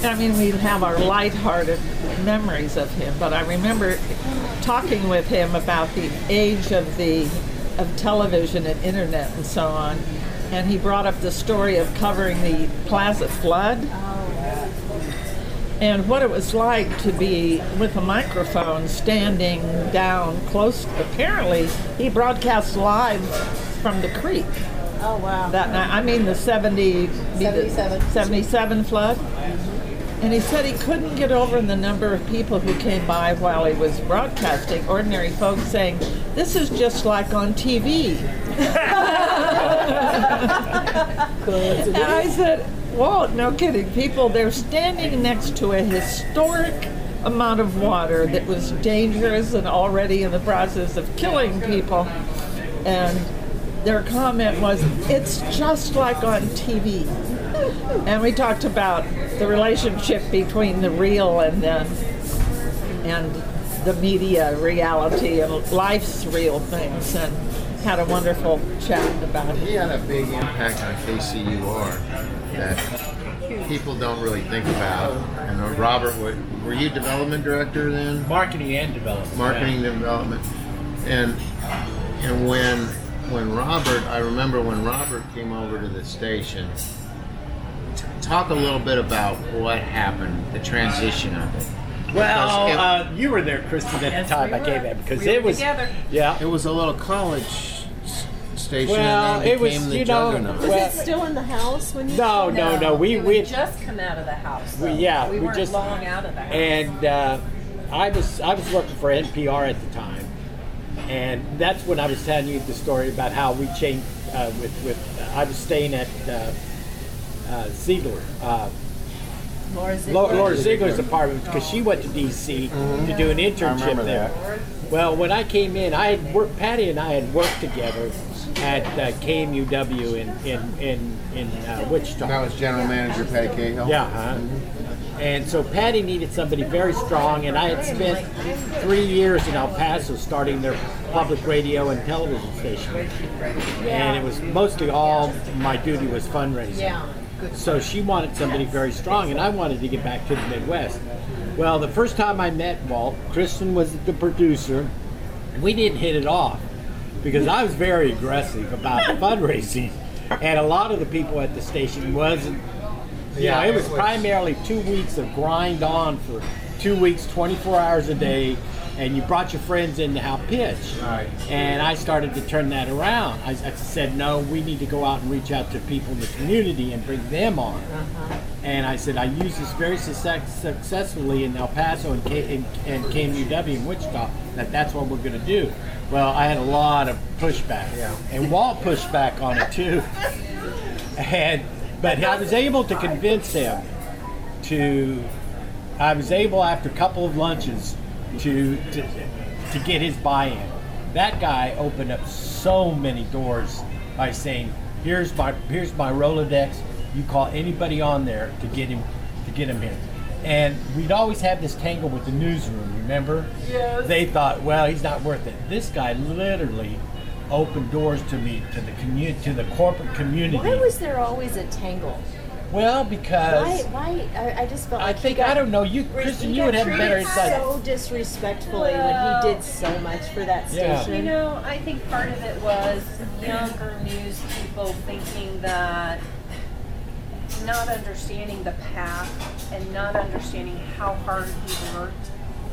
[SPEAKER 9] I mean, we have our lighthearted memories of him, but I remember talking with him about the age of the of television and internet and so on, and he brought up the story of covering the Plaza flood and what it was like to be with a microphone standing down close. Apparently, he broadcast live from the creek.
[SPEAKER 12] Oh, wow.
[SPEAKER 9] That night, I mean the 70, be the
[SPEAKER 12] 77.
[SPEAKER 9] 77 flood. And he said he couldn't get over the number of people who came by while he was broadcasting, ordinary folks saying, This is just like on TV. and I said, Walt, no kidding. People, they're standing next to a historic amount of water that was dangerous and already in the process of killing people. And their comment was, it's just like on TV. And we talked about the relationship between the real and the, and the media reality and life's real things and had a wonderful chat about it.
[SPEAKER 3] he had a big impact on KCUR that people don't really think about. And uh, Robert, would, were you development director then?
[SPEAKER 8] Marketing and development.
[SPEAKER 3] Marketing development, and and when when Robert, I remember when Robert came over to the station. t- Talk a little bit about what happened, the transition of it.
[SPEAKER 14] Well,
[SPEAKER 3] Because it-
[SPEAKER 14] uh, you were there, Kristen, at
[SPEAKER 3] Yes,
[SPEAKER 14] the time
[SPEAKER 3] we
[SPEAKER 14] I came
[SPEAKER 3] were.
[SPEAKER 14] in because
[SPEAKER 3] We
[SPEAKER 14] it
[SPEAKER 3] were
[SPEAKER 14] was
[SPEAKER 3] together.
[SPEAKER 14] yeah,
[SPEAKER 3] it was a little college s- station.
[SPEAKER 14] Well,
[SPEAKER 3] and then
[SPEAKER 14] it was,
[SPEAKER 3] became the
[SPEAKER 14] you
[SPEAKER 8] Oh,
[SPEAKER 14] know,
[SPEAKER 3] juggernaut.
[SPEAKER 14] Was well- it
[SPEAKER 5] still in the house when
[SPEAKER 14] you- No, no, no, we-
[SPEAKER 11] had
[SPEAKER 14] we-
[SPEAKER 11] just come out of the house.
[SPEAKER 14] We-
[SPEAKER 11] though.
[SPEAKER 14] yeah,
[SPEAKER 11] we,
[SPEAKER 14] we
[SPEAKER 11] weren't
[SPEAKER 14] just-
[SPEAKER 11] long out of the house.
[SPEAKER 14] and uh, I was I was working for NPR at the time, and that's when I was telling you the story about how we changed uh, with with I was staying at uh, uh, Ziegler. Uh,
[SPEAKER 5] Laura Ziegler.
[SPEAKER 8] Laura, Laura Ziegler's department because she went to DC to do
[SPEAKER 5] Mm-hmm.
[SPEAKER 8] an
[SPEAKER 5] I
[SPEAKER 8] internship
[SPEAKER 5] remember
[SPEAKER 8] there. Well, when I came in, I had worked. Patty and I had worked together at uh, KMUW in in in, in uh, Wichita.
[SPEAKER 3] That was general manager Patty Cahill.
[SPEAKER 8] Yeah. huh? And so Patty needed somebody very strong, and I had spent three years in El Paso starting their public radio and television station, and it was mostly all my duty was fundraising.
[SPEAKER 5] Yeah. Good.
[SPEAKER 8] So she wanted somebody very strong, and I wanted to get back to the Midwest. Well, the first time I met Walt, Kristen was the producer. We didn't hit it off because I was very aggressive about fundraising, and a lot of the people at the station wasn't. Yeah, it was primarily two weeks of grind on for two weeks, 24 hours a day, and you brought your friends in to help pitch. Right. And I started to turn that around. I, I said, no, we need to go out and reach out to people in the community and bring them on. And I said, I used this very success, successfully in El Paso and, K, and, and KMUW in Wichita, that that's what we're going to do. Well, I had a lot of pushback. Yeah. And Walt pushed back on it too. And but I was able to convince him to I was able after a couple of lunches to to, to get his buy-in. That guy opened up so many doors by saying, "Here's my here's my Rolodex. You call anybody on there to get him to get him here." And we'd always have this tangle with the newsroom. Remember?
[SPEAKER 5] Yes.
[SPEAKER 8] They thought, "Well, he's not worth it." This guy literally opened doors to me to the community to the corporate community.
[SPEAKER 5] Why was there always a tangle?
[SPEAKER 8] well, because.
[SPEAKER 5] why? Why? I, I just felt
[SPEAKER 8] I
[SPEAKER 5] like he
[SPEAKER 8] think
[SPEAKER 5] got-
[SPEAKER 8] I don't know you,
[SPEAKER 5] he
[SPEAKER 8] Kristen. You
[SPEAKER 5] got
[SPEAKER 8] would have better
[SPEAKER 5] treated
[SPEAKER 8] insight.
[SPEAKER 5] So disrespectfully
[SPEAKER 11] Well-
[SPEAKER 5] when he did so much for that
[SPEAKER 8] Yeah.
[SPEAKER 5] station.
[SPEAKER 11] You know, I think part of it was younger news people thinking that not understanding the path and not understanding how hard he worked.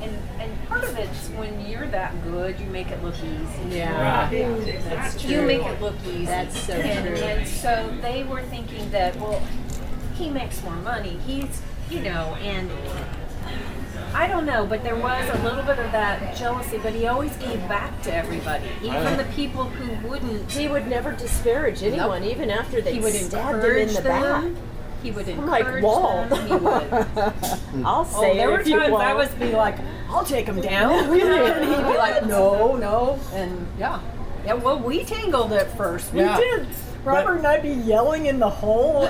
[SPEAKER 11] And, and part of it's when you're that good, you make it look easy.
[SPEAKER 5] Yeah. Right. That's
[SPEAKER 11] you
[SPEAKER 5] true.
[SPEAKER 11] make it look easy.
[SPEAKER 5] That's so
[SPEAKER 11] and,
[SPEAKER 5] true.
[SPEAKER 11] And so they were thinking that, well, he makes more money. He's, you know, and I don't know, but there was a little bit of that jealousy, but he always gave back to everybody, even the people who wouldn't.
[SPEAKER 5] He would never disparage anyone,
[SPEAKER 11] Nope.
[SPEAKER 5] even after they
[SPEAKER 11] He would
[SPEAKER 5] stabbed him in
[SPEAKER 11] encourage
[SPEAKER 5] the
[SPEAKER 11] them.
[SPEAKER 5] back.
[SPEAKER 11] He would
[SPEAKER 5] I'm like,
[SPEAKER 11] encourage
[SPEAKER 5] "Whoa."
[SPEAKER 11] them.
[SPEAKER 5] (laughs)
[SPEAKER 11] He would
[SPEAKER 5] I'll
[SPEAKER 11] Oh,
[SPEAKER 5] say
[SPEAKER 11] there
[SPEAKER 5] it
[SPEAKER 11] were
[SPEAKER 5] if you
[SPEAKER 11] times I
[SPEAKER 5] won't.
[SPEAKER 11] was be (laughs) like,
[SPEAKER 5] I'll take him (laughs)
[SPEAKER 11] down. (laughs) and he'd be like, no, no, and yeah, yeah. Well, we tangled at first.
[SPEAKER 5] We Yeah. did.
[SPEAKER 11] Robert and I'd be yelling in the hole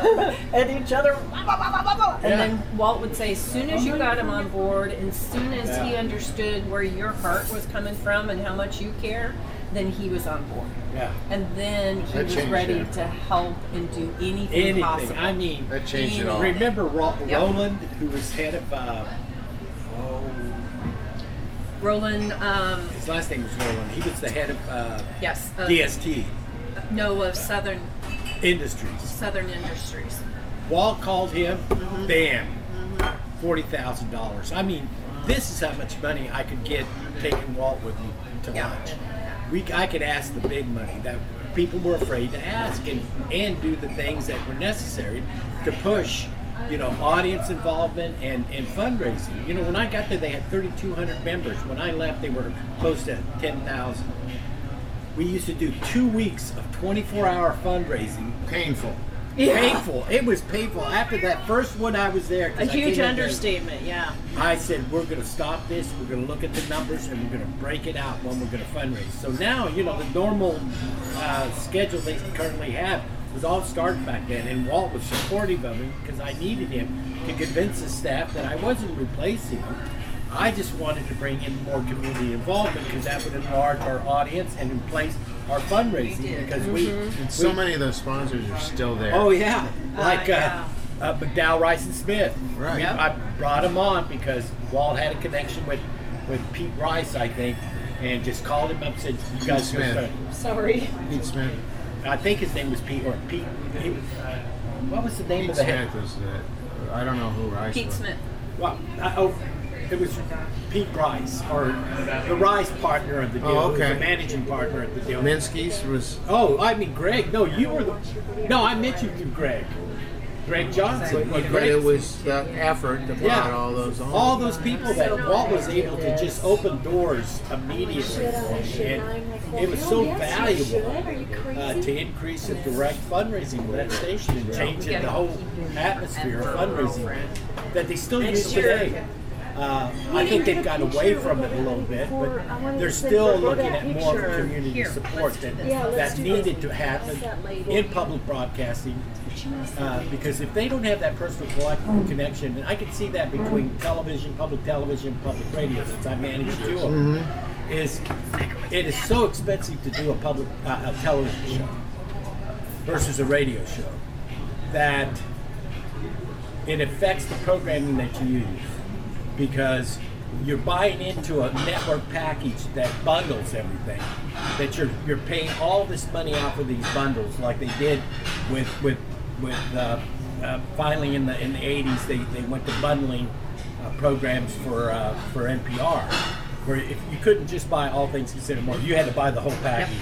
[SPEAKER 11] at each other.
[SPEAKER 10] And Yeah.
[SPEAKER 11] And then Walt would say, as soon as
[SPEAKER 5] Oh
[SPEAKER 11] you got him on board, and as soon as he
[SPEAKER 10] Yeah.
[SPEAKER 11] understood where your heart was coming from and how much you care, then he was on board.
[SPEAKER 8] Yeah.
[SPEAKER 11] And then he
[SPEAKER 8] That
[SPEAKER 11] was
[SPEAKER 8] changed
[SPEAKER 11] ready
[SPEAKER 8] him.
[SPEAKER 11] to help and do anything,
[SPEAKER 8] Anything.
[SPEAKER 11] possible.
[SPEAKER 8] I mean, that
[SPEAKER 3] changed it all.
[SPEAKER 8] Remember Ro-
[SPEAKER 11] Yeah.
[SPEAKER 8] Roland, who was head of. Uh, oh,
[SPEAKER 11] Roland, um,
[SPEAKER 8] his last name was Roland. He was the head of uh,
[SPEAKER 11] yes, uh,
[SPEAKER 8] DST
[SPEAKER 11] no, of Southern
[SPEAKER 8] Industries.
[SPEAKER 11] Southern Industries.
[SPEAKER 8] Walt called him.
[SPEAKER 5] Mm-hmm.
[SPEAKER 8] Mm-hmm. Bam, forty thousand dollars. I mean, this is how much money I could get taking Walt with me to lunch. We, I could ask the big money that people were afraid to ask, and and do the things that were necessary to push, you know, audience involvement and and fundraising. You know, when I got there, they had thirty two hundred members. When I left, they were close to ten thousand. We used to do two weeks of 24 hour fundraising. Painful.
[SPEAKER 5] Yeah.
[SPEAKER 8] Painful. It was painful. After that first one, I was there. 'cause
[SPEAKER 5] A
[SPEAKER 8] I came in
[SPEAKER 5] huge
[SPEAKER 8] there,
[SPEAKER 5] understatement, yeah.
[SPEAKER 8] I said, we're going to stop this. We're going to look at the numbers and we're going to break it out when we're going to fundraise. So now, you know, the normal uh, schedule they currently have was all started back then. And Walt was supportive of me because I needed him to convince the staff that I wasn't replacing him. I just wanted to bring in more community involvement because that would enlarge our audience and replace our fundraising because we,
[SPEAKER 3] And so
[SPEAKER 8] we-
[SPEAKER 3] many of those sponsors are still there.
[SPEAKER 8] Oh yeah,
[SPEAKER 3] Ah,
[SPEAKER 8] like uh,
[SPEAKER 3] Mm-hmm. yeah.
[SPEAKER 8] uh, McDowell Rice and Smith.
[SPEAKER 3] Right.
[SPEAKER 8] We- I brought him on because Walt had a connection with with Pete Rice, I think, and just called him up and said, "You
[SPEAKER 3] Pete
[SPEAKER 8] guys go
[SPEAKER 3] Smith.
[SPEAKER 8] start."
[SPEAKER 5] Sorry.
[SPEAKER 3] Pete Smith.
[SPEAKER 8] I think his name was Pete or Pete. He was, uh, what was the name
[SPEAKER 3] Pete
[SPEAKER 8] of the
[SPEAKER 3] Smith was the. I don't know who Rice was.
[SPEAKER 8] Well, I, oh, it was Pete Rice or the Rice partner of the deal.
[SPEAKER 3] Oh,
[SPEAKER 8] who was
[SPEAKER 3] okay.
[SPEAKER 8] the managing partner of the deal.
[SPEAKER 3] Minsky's was.
[SPEAKER 8] Oh, I mean Greg. No, you were the. No, I met you through Greg. Greg Johnson.
[SPEAKER 3] But,
[SPEAKER 8] you know,
[SPEAKER 3] but it
[SPEAKER 8] Greg-
[SPEAKER 3] was the effort to put
[SPEAKER 8] yeah,
[SPEAKER 3] all those on.
[SPEAKER 8] all those people that Walt was able to just open doors immediately, and it was so valuable uh, to increase the direct fundraising of that station and change it the whole atmosphere of fundraising that they still use today. Uh, I think they've got away from it a little bit, but they're still looking at more of a community support that, that needed to happen in public broadcasting. Uh, because if they don't have that personal collective connection, and I can see that between television, public television, public radio, since I manage two of them, is it is so expensive to do a public uh, a television show versus a radio show that it affects the programming that you use because you're buying into a network package that bundles everything. That you're you're paying all this money out for these bundles, like they did with with with uh, uh, finally in the in the 80s they, they went to bundling uh, programs for uh, for NPR, where if you couldn't just buy all things considered more, you had to buy the whole package,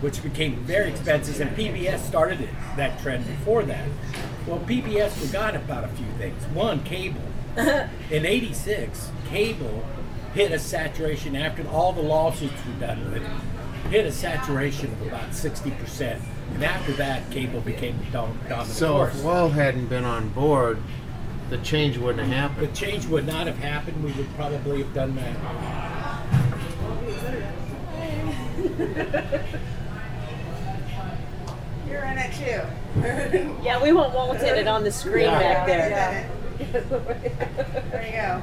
[SPEAKER 8] which became very expensive. And PBS started it that trend before that. Well, PBS forgot about a few things. One, cable. In '86, cable hit a saturation after all the lawsuits were done with. Hit a saturation of about 60%. And after that, cable became the dom- dominant
[SPEAKER 3] So
[SPEAKER 8] force.
[SPEAKER 3] if Wall hadn't been on board, the change wouldn't have happened.
[SPEAKER 8] The change would not have happened. We would probably have done that.
[SPEAKER 11] You're in it too.
[SPEAKER 5] Yeah, we want Walt in it on the screen
[SPEAKER 11] Yeah.
[SPEAKER 5] back there. (laughs)
[SPEAKER 11] Yeah. There you go.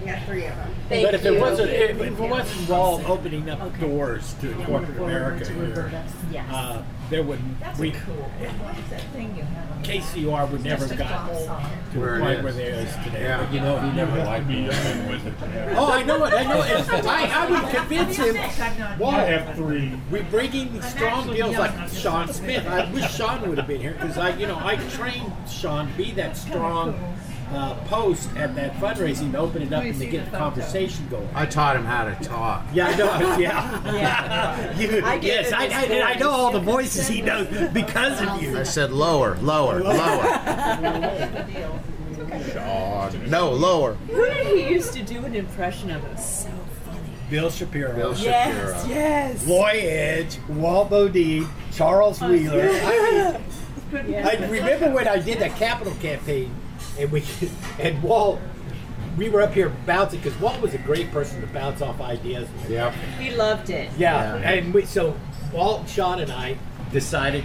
[SPEAKER 11] You got three of them.
[SPEAKER 8] but if it wasn't, if, if it wasn't Wall opening up doors to corporate America here, uh, there would we
[SPEAKER 11] What's that thing you have?
[SPEAKER 8] KCR would never have got to
[SPEAKER 3] Where
[SPEAKER 8] the
[SPEAKER 3] it
[SPEAKER 8] point
[SPEAKER 3] is.
[SPEAKER 8] where they is today.
[SPEAKER 3] Yeah.
[SPEAKER 8] But you know, he never liked me. Oh, I know it. I know it. (laughs) I, I would convince him. Wall,
[SPEAKER 9] I have three.
[SPEAKER 8] We bring in strong deals like Sean Smith. I wish Sean would have been here because I, you know, I trained Sean to be that strong uh, post at that fundraising to open it up and to get the conversation going.
[SPEAKER 3] I taught him how to talk.
[SPEAKER 8] Yeah, I know. (laughs) Yeah. You-
[SPEAKER 3] I get
[SPEAKER 8] yes,
[SPEAKER 3] it,
[SPEAKER 8] I,
[SPEAKER 3] it's
[SPEAKER 8] I, I know all the voices he knows because of you.
[SPEAKER 3] I said lower, lower,
[SPEAKER 8] (laughs)
[SPEAKER 3] lower. Sean. No, lower.
[SPEAKER 5] Who did he used to do an impression of? It was so funny.
[SPEAKER 8] Bill Shapiro.
[SPEAKER 3] Bill
[SPEAKER 5] Yes, yes. Oh,
[SPEAKER 8] Roy Edge, Wal Bodine, Charles Wheeler. I, mean, I remember when I did that capital campaign, and we (laughs) and Walt, we were up here bouncing because Walt was a great person to bounce off ideas. With.
[SPEAKER 3] Yeah.
[SPEAKER 5] We loved it.
[SPEAKER 8] Yeah, and we, so Walt, Sean, and I decided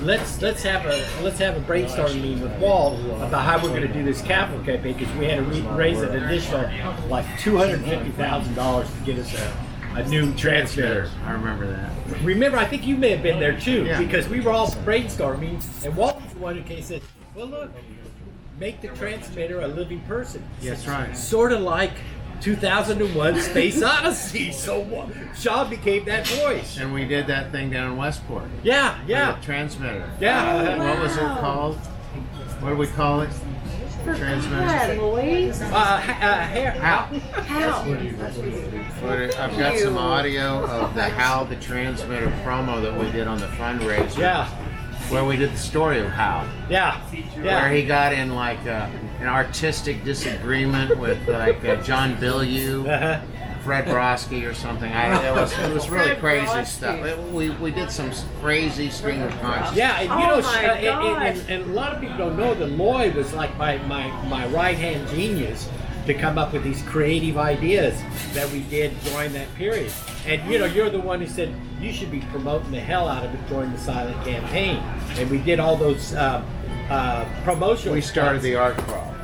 [SPEAKER 8] let's let's have a let's have a brainstorming meeting with Walt about how we're going to do this capital campaign because we had to re- raise an additional like two hundred fifty thousand dollars to get us a, a new transmitter.
[SPEAKER 3] I remember that.
[SPEAKER 8] Remember, I think you may have been there too
[SPEAKER 3] Yeah.
[SPEAKER 8] because we were all brainstorming, and Walt was the one who came and said, "Well, look, make the transmitter a living person."
[SPEAKER 3] That's right.
[SPEAKER 8] Sort of like 2001: Space Odyssey. So Wa- Sean became that voice.
[SPEAKER 3] And we did that thing down in Westport.
[SPEAKER 8] Yeah, yeah.
[SPEAKER 3] With the transmitter.
[SPEAKER 8] Yeah. Oh,
[SPEAKER 3] What was it
[SPEAKER 8] wow.
[SPEAKER 3] called? What do we call it?
[SPEAKER 11] Uh,
[SPEAKER 3] Transmitter.
[SPEAKER 5] Louise.
[SPEAKER 8] Uh, ha- uh, hair. How?
[SPEAKER 3] What it- I've got some audio of the how the transmitter promo that we did on the fundraiser.
[SPEAKER 8] Yeah.
[SPEAKER 3] Where we did the story of how.
[SPEAKER 8] Yeah.
[SPEAKER 3] Where he got in like uh an artistic disagreement with like uh, John Bilyeu,
[SPEAKER 8] Uh-huh.
[SPEAKER 3] Fred Broski, or something. I, it was it was really
[SPEAKER 8] Fred
[SPEAKER 3] crazy
[SPEAKER 8] Broski.
[SPEAKER 3] stuff. It- we we did some crazy string of consciousness.
[SPEAKER 8] Yeah, and
[SPEAKER 15] Oh
[SPEAKER 3] Oh
[SPEAKER 8] you know, sh- uh, and, and, and, and a lot of people don't know that Lloyd was like my, my, my right hand genius to come up with these creative ideas that we did during that period. And you know, you're the one who said you should be promoting the hell out of it during the silent campaign. And we did all those uh, uh, promotional.
[SPEAKER 3] We started the art crawl.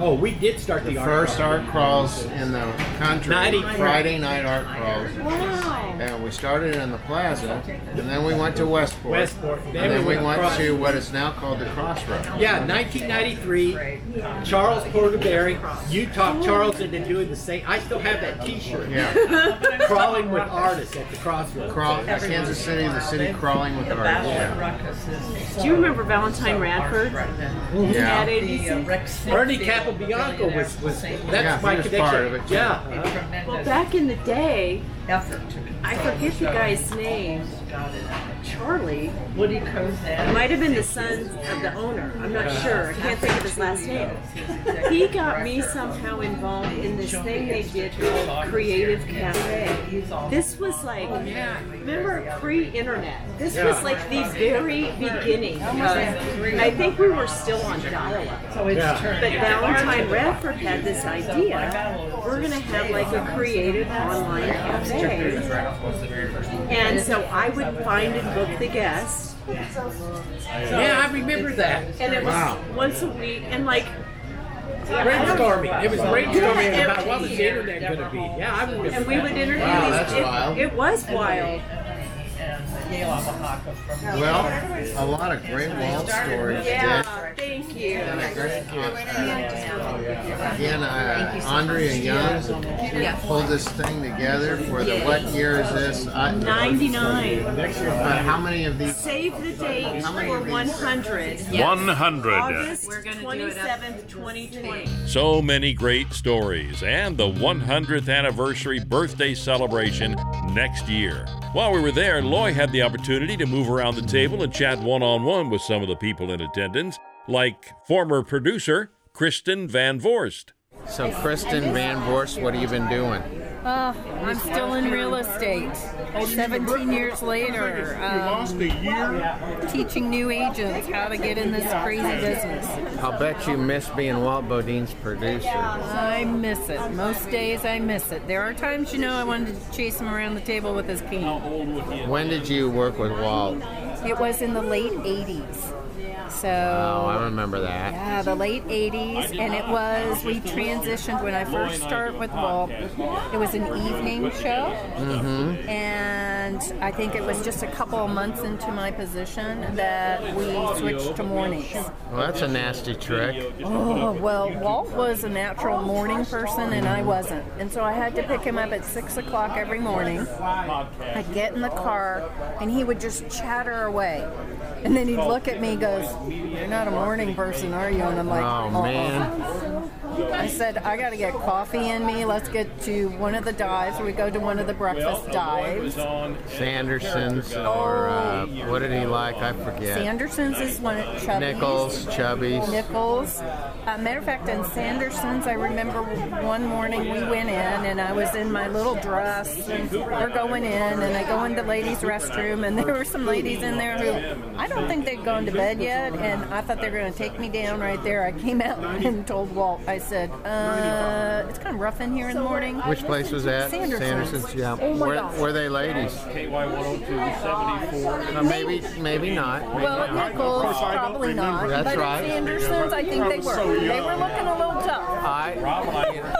[SPEAKER 8] Oh, we did start the,
[SPEAKER 3] The
[SPEAKER 8] art
[SPEAKER 3] first
[SPEAKER 8] crawl.
[SPEAKER 3] art crawls in the country.
[SPEAKER 8] 90
[SPEAKER 3] Friday night art crawls.
[SPEAKER 5] Wow.
[SPEAKER 3] And we started in the plaza, and then we went to Westport.
[SPEAKER 8] Westport.
[SPEAKER 3] And then we went
[SPEAKER 8] across.
[SPEAKER 3] to what is now called the Crossroads.
[SPEAKER 8] Yeah, 1993. Charles Porterberry. You talked Charles into doing the same. I still have that T-shirt.
[SPEAKER 3] Yeah.
[SPEAKER 8] Crawling with artists at the crossroads.
[SPEAKER 3] Crawl, Kansas City, the city crawling with art. Yeah.
[SPEAKER 5] Do you remember Valentine Radford?
[SPEAKER 3] Yeah.
[SPEAKER 5] At
[SPEAKER 11] uh,
[SPEAKER 5] 86?
[SPEAKER 8] Ernie Capabianco was was that's
[SPEAKER 3] Yeah, he
[SPEAKER 8] my
[SPEAKER 3] was
[SPEAKER 8] connection.
[SPEAKER 16] Uh-huh.
[SPEAKER 3] part of it, too.
[SPEAKER 8] Yeah.
[SPEAKER 5] Well, back in the day,
[SPEAKER 16] effort to
[SPEAKER 5] I forget the guy's name. Charlie
[SPEAKER 16] Woody Kozan.
[SPEAKER 5] It might have been the son of the owner. I'm not
[SPEAKER 16] Uh-huh.
[SPEAKER 5] sure. I can't think of his last name. He got me somehow involved in this thing they did called Creative Cafe. This was like, remember pre-internet? This was like the very beginning. of- I think we were still on dial-up.
[SPEAKER 16] So it's Yeah. turned-
[SPEAKER 5] But Valentine Radford had this idea. We're gonna have like a creative online cafe. And so I would find and book the guests.
[SPEAKER 8] Yeah, I remember that.
[SPEAKER 5] And it was
[SPEAKER 8] Wow.
[SPEAKER 5] once a week, and like
[SPEAKER 8] Brainstorming. It was brainstorming
[SPEAKER 5] Yeah,
[SPEAKER 8] about what was the
[SPEAKER 5] every
[SPEAKER 8] internet going to be. Yeah, I remember.
[SPEAKER 5] And we would interview
[SPEAKER 8] Wow,
[SPEAKER 5] these.
[SPEAKER 8] that's
[SPEAKER 5] it,
[SPEAKER 8] wild.
[SPEAKER 5] it was wild.
[SPEAKER 3] Well, a lot of great Walt stories.
[SPEAKER 5] Yeah,
[SPEAKER 3] Dick.
[SPEAKER 5] thank you.
[SPEAKER 3] Again, uh, Andrea Young pulled this thing together for the what year is this? Uh,
[SPEAKER 5] 99.
[SPEAKER 3] But how many of these?
[SPEAKER 5] Save the date for 100.
[SPEAKER 2] 100.
[SPEAKER 5] August 27th, 2020.
[SPEAKER 2] So many great stories and the 100th anniversary birthday celebration next year. While we were there, Loy had the opportunity to move around the table and chat one on one with some of the people in attendance, like former producer Kristen Van Vorst.
[SPEAKER 3] So, Kristen Van Vorst, what have you been doing?
[SPEAKER 11] Uh, I'm still in real estate. 17 years later, um, teaching new agents how to get in this crazy business.
[SPEAKER 3] I'll bet you miss being Walt Bodine's producer.
[SPEAKER 11] I miss it. Most days I miss it. There are times, you know, I wanted to chase him around the table with his cane.
[SPEAKER 3] When did you work with Walt?
[SPEAKER 11] It was in the late 80s. So.
[SPEAKER 3] Oh, I remember that.
[SPEAKER 11] Yeah, the late 80s, and it was, we transitioned when I first started with Walt. It was an evening show,
[SPEAKER 3] Mm-hmm.
[SPEAKER 11] and I think it was just a couple of months into my position that we switched to mornings.
[SPEAKER 3] Well, that's a nasty trick.
[SPEAKER 11] Oh, well, Walt was a natural morning person, and I wasn't. And so I had to pick him up at 6 o'clock every morning. I'd get in the car, and he would just chatter away. And then he'd look at me and goes, You're not a morning person, are you? And I'm like,
[SPEAKER 3] Oh,
[SPEAKER 11] "Uh-uh."
[SPEAKER 3] man.
[SPEAKER 11] I said, I got to get coffee in me. Let's get to one of the dives. We go to one of the breakfast dives.
[SPEAKER 3] Sanderson's or uh, what did he like? I forget.
[SPEAKER 11] Sanderson's is one of Chubby's.
[SPEAKER 3] Nichols, Chubby's.
[SPEAKER 11] Nichols. Uh, matter of fact, in Sanderson's, I remember one morning we went in and I was in my little dress and we're going in and I go in the ladies' restroom and (laughs) there were some ladies in there who I don't think they'd gone to bed yet and I thought they were going to take me down right there. I came out (laughs) and told Walt, I said, uh, it's kind of rough in here in the morning.
[SPEAKER 3] Which place was that?
[SPEAKER 11] Sanderson's.
[SPEAKER 3] yeah.
[SPEAKER 11] Oh my
[SPEAKER 3] were,
[SPEAKER 11] gosh.
[SPEAKER 3] were they ladies? KY 102 74. Maybe, maybe not. Maybe
[SPEAKER 11] Well, at
[SPEAKER 3] not.
[SPEAKER 11] Nichols, probably not.
[SPEAKER 3] That's
[SPEAKER 11] but
[SPEAKER 3] right.
[SPEAKER 11] at Sanderson's, I think they were. They were looking a little tough.
[SPEAKER 3] I,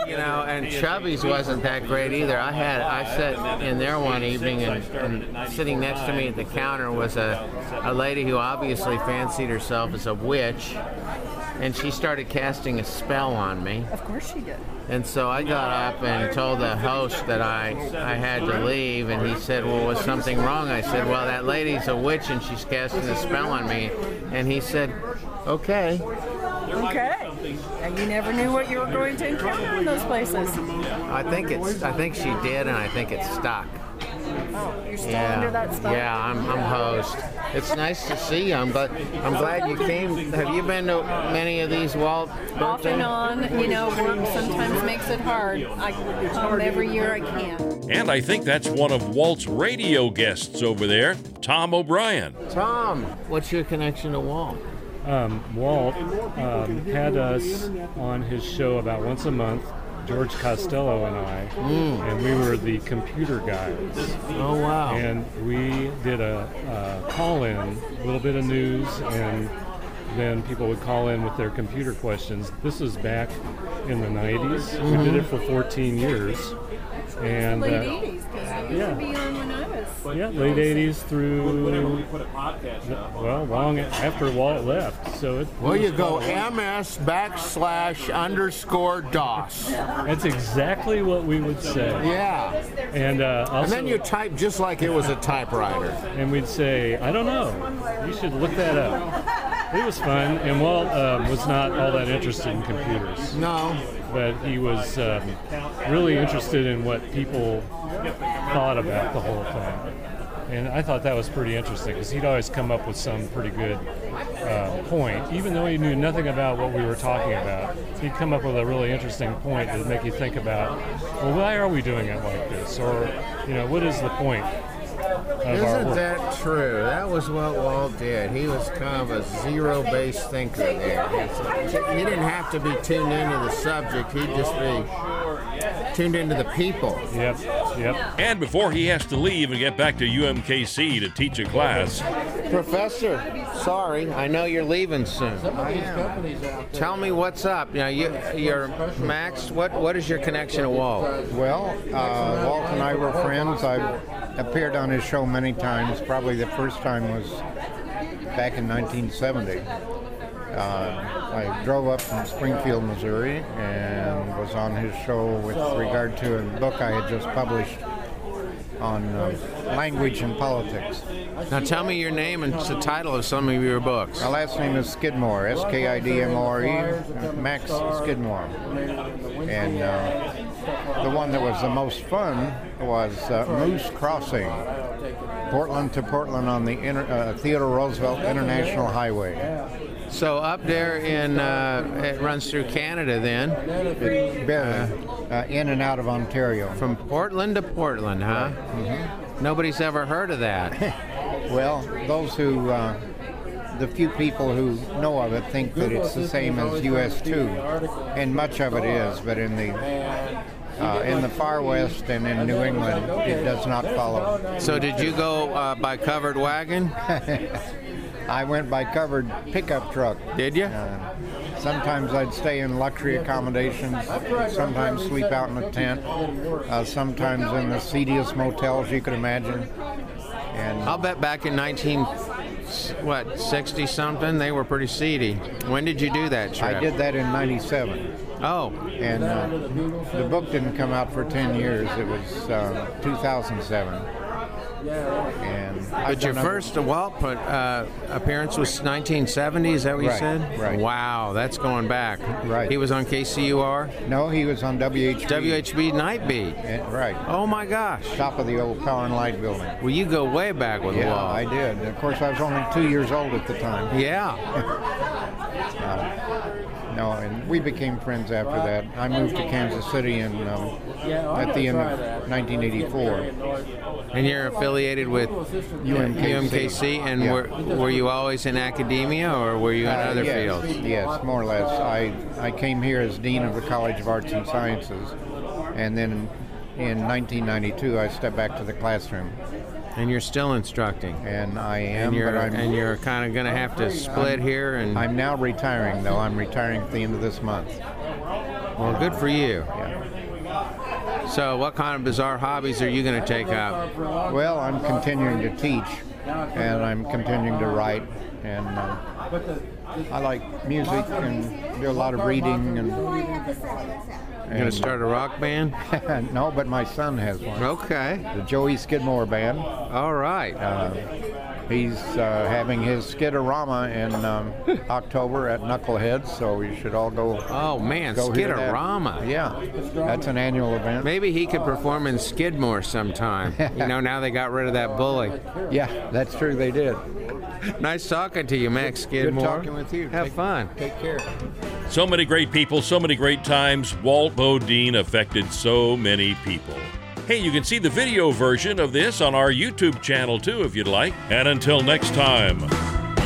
[SPEAKER 3] you know, and Chubby's wasn't that great either. I had, I sat in there one evening, and, and sitting next to me at the counter was a, a lady who obviously fancied herself as a witch, and she started casting a spell on me.
[SPEAKER 11] Of course she did.
[SPEAKER 3] And so I got up and told the host that I, I had to leave, and he said, Well, was something wrong? I said, Well, that lady's a witch and she's casting a spell on me. And he said, Okay.
[SPEAKER 11] Okay. And you never knew what you were going to encounter in those places.
[SPEAKER 3] I think it's I think she did, and I think it stuck.
[SPEAKER 11] Oh, you're still
[SPEAKER 3] Yeah,
[SPEAKER 11] under that spell.
[SPEAKER 3] yeah, I'm, I'm host. It's nice to see you. I'm, but I'm glad you came. Have you been to many of these Walt?
[SPEAKER 11] Off
[SPEAKER 3] birthdays?
[SPEAKER 11] and on, you know, work sometimes makes it hard. I come every year I can.
[SPEAKER 2] And I think that's one of Walt's radio guests over there, Tom O'Brien.
[SPEAKER 3] Tom, what's your connection to Walt?
[SPEAKER 17] Um, Walt um, had us on his show about once a month. George Costello and I, and we were the computer guys.
[SPEAKER 3] Oh wow!
[SPEAKER 17] And we did a, a call-in, a little bit of news, and then people would call in with their computer questions. This was back in the '90s. We did it for 14 years, and
[SPEAKER 11] late
[SPEAKER 17] uh,
[SPEAKER 11] 80s, because I used
[SPEAKER 17] yeah.
[SPEAKER 11] to be on when I was.
[SPEAKER 17] yeah, late '80s through
[SPEAKER 18] Whenever we put a podcast up.
[SPEAKER 17] well, long after Walt left. So it.
[SPEAKER 18] Well, you go
[SPEAKER 3] MS backslash underscore DOS.
[SPEAKER 17] That's exactly what we would say.
[SPEAKER 3] Yeah.
[SPEAKER 17] And uh, also,
[SPEAKER 3] and then you type just like it was a typewriter.
[SPEAKER 17] And we'd say, I don't know. You should look that up. It was fun, and Walt um, was not all that interested in computers.
[SPEAKER 3] No.
[SPEAKER 17] but he was um, really interested in what people thought about the whole thing. And I thought that was pretty interesting because he'd always come up with some pretty good uh, point, even though he knew nothing about what we were talking about. He'd come up with a really interesting point that would make you think about, well, why are we doing it like this, or you know, what is the point? of our
[SPEAKER 3] Isn't
[SPEAKER 17] work?
[SPEAKER 3] that true? That was what Walt did. He was kind of a zero based thinker there. He didn't have to be tuned into the subject, he'd just be tuned into the people.
[SPEAKER 17] Yep, yep.
[SPEAKER 2] And before he has to leave and get back to UMKC to teach a class,
[SPEAKER 3] Professor, sorry, I know you're leaving soon. Tell me what's up. You know, you, you're Max. What what is your connection to Walt?
[SPEAKER 15] Well, uh, Walt and I were friends. I've appeared on his show many times. Probably the first time was back in 1970. Uh, I drove up from Springfield, Missouri, and was on his show with regard to a book I had just published on uh, language and politics.
[SPEAKER 3] Now tell me your name and the title of some of your books.
[SPEAKER 15] My last name is Skidmore, S K I D M R E, Max Skidmore. And uh, the one that was the most fun was uh, Moose Crossing, Portland to Portland on the inter- uh, Theodore Roosevelt International Highway.
[SPEAKER 3] So up there in uh, it runs through Canada then.
[SPEAKER 15] uh, in and out of Ontario.
[SPEAKER 3] From Portland to Portland, huh? Mm-hmm. Nobody's ever heard of that.
[SPEAKER 15] Well, those who, uh, the few people who know of it think that it's the same as US 2, and much of it is, but in the uh, in the far west and in New England, it does not follow.
[SPEAKER 3] So did you go uh, by covered wagon?
[SPEAKER 15] (laughs) I went by covered pickup truck.
[SPEAKER 3] Did you?
[SPEAKER 15] Uh, sometimes I'd stay in luxury accommodations. Sometimes sleep out in a tent. Uh, sometimes in the seediest motels you could imagine. (laughs) And
[SPEAKER 3] I'll bet back in 19 s- what 60 something they were pretty seedy. When did you do that trip?
[SPEAKER 15] I did that in '97.
[SPEAKER 3] Oh,
[SPEAKER 15] and uh, the book didn't come out for 10 years. It was uh, 2007. And I've
[SPEAKER 3] But your
[SPEAKER 15] done other-
[SPEAKER 3] first Walt uh, appearance was 1970. Is that what you
[SPEAKER 15] Right,
[SPEAKER 3] said?
[SPEAKER 15] right.
[SPEAKER 3] Wow, that's going back.
[SPEAKER 15] Right.
[SPEAKER 3] He was on KCUR.
[SPEAKER 15] No, he was on WHB.
[SPEAKER 3] WHB Night Beat.
[SPEAKER 15] Yeah, Eh, right.
[SPEAKER 3] Oh my gosh.
[SPEAKER 15] Top of the old Power and Light building.
[SPEAKER 3] Well, you go way back with
[SPEAKER 15] yeah,
[SPEAKER 3] Walt.
[SPEAKER 15] I did. Of course, I was only two years old at the time.
[SPEAKER 3] Yeah.
[SPEAKER 15] (laughs)
[SPEAKER 17] Um,
[SPEAKER 15] Uh, no, and we became friends after that. I moved to Kansas City in, um, at the end of 1984.
[SPEAKER 3] And you're affiliated with UMKC, and
[SPEAKER 15] Yeah.
[SPEAKER 3] were, were you always in academia or were you in
[SPEAKER 15] Uh,
[SPEAKER 3] other
[SPEAKER 15] yes,
[SPEAKER 3] fields?
[SPEAKER 15] Yes, more or less. I, I came here as Dean of the College of Arts and Sciences, and then in 1992 I stepped back to the classroom.
[SPEAKER 3] And you're still instructing.
[SPEAKER 15] And I am,
[SPEAKER 3] And you're,
[SPEAKER 15] but I'm
[SPEAKER 3] and you're kind of going to have to split here. And
[SPEAKER 15] I'm now retiring, though. I'm retiring at the end of this month.
[SPEAKER 3] Well, good for you. So, what kind of bizarre hobbies are you going to take up?
[SPEAKER 15] Well, I'm continuing to teach, and I'm continuing to write, and um, I like music and do a lot of reading and.
[SPEAKER 3] You going to start a rock band?
[SPEAKER 15] (laughs) no, but my son has one.
[SPEAKER 3] Okay.
[SPEAKER 15] The Joey Skidmore Band.
[SPEAKER 3] All right.
[SPEAKER 15] Uh, he's uh, having his Skidorama in um, October at Knucklehead, so you should all go.
[SPEAKER 3] Oh man,
[SPEAKER 15] go hear that.
[SPEAKER 3] Skidorama.
[SPEAKER 15] Yeah, that's an annual event.
[SPEAKER 3] Maybe he could perform in Skidmore
[SPEAKER 15] (laughs)
[SPEAKER 3] sometime. you know, now they got rid of that bully.
[SPEAKER 15] Yeah, that's true. They did.
[SPEAKER 3] Nice talking to you, Max Skidmore.
[SPEAKER 15] talking with you.
[SPEAKER 3] Have
[SPEAKER 15] Take-
[SPEAKER 3] fun.
[SPEAKER 15] Take care.
[SPEAKER 2] so many great people, so many great times. Walt Bodine affected so many people. Hey, you can see the video version of this on our YouTube channel too if you'd like. And until next time.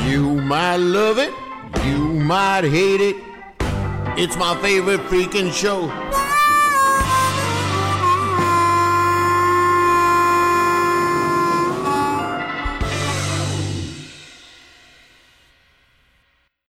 [SPEAKER 1] You might love it, you might hate it. It's my favorite freaking show.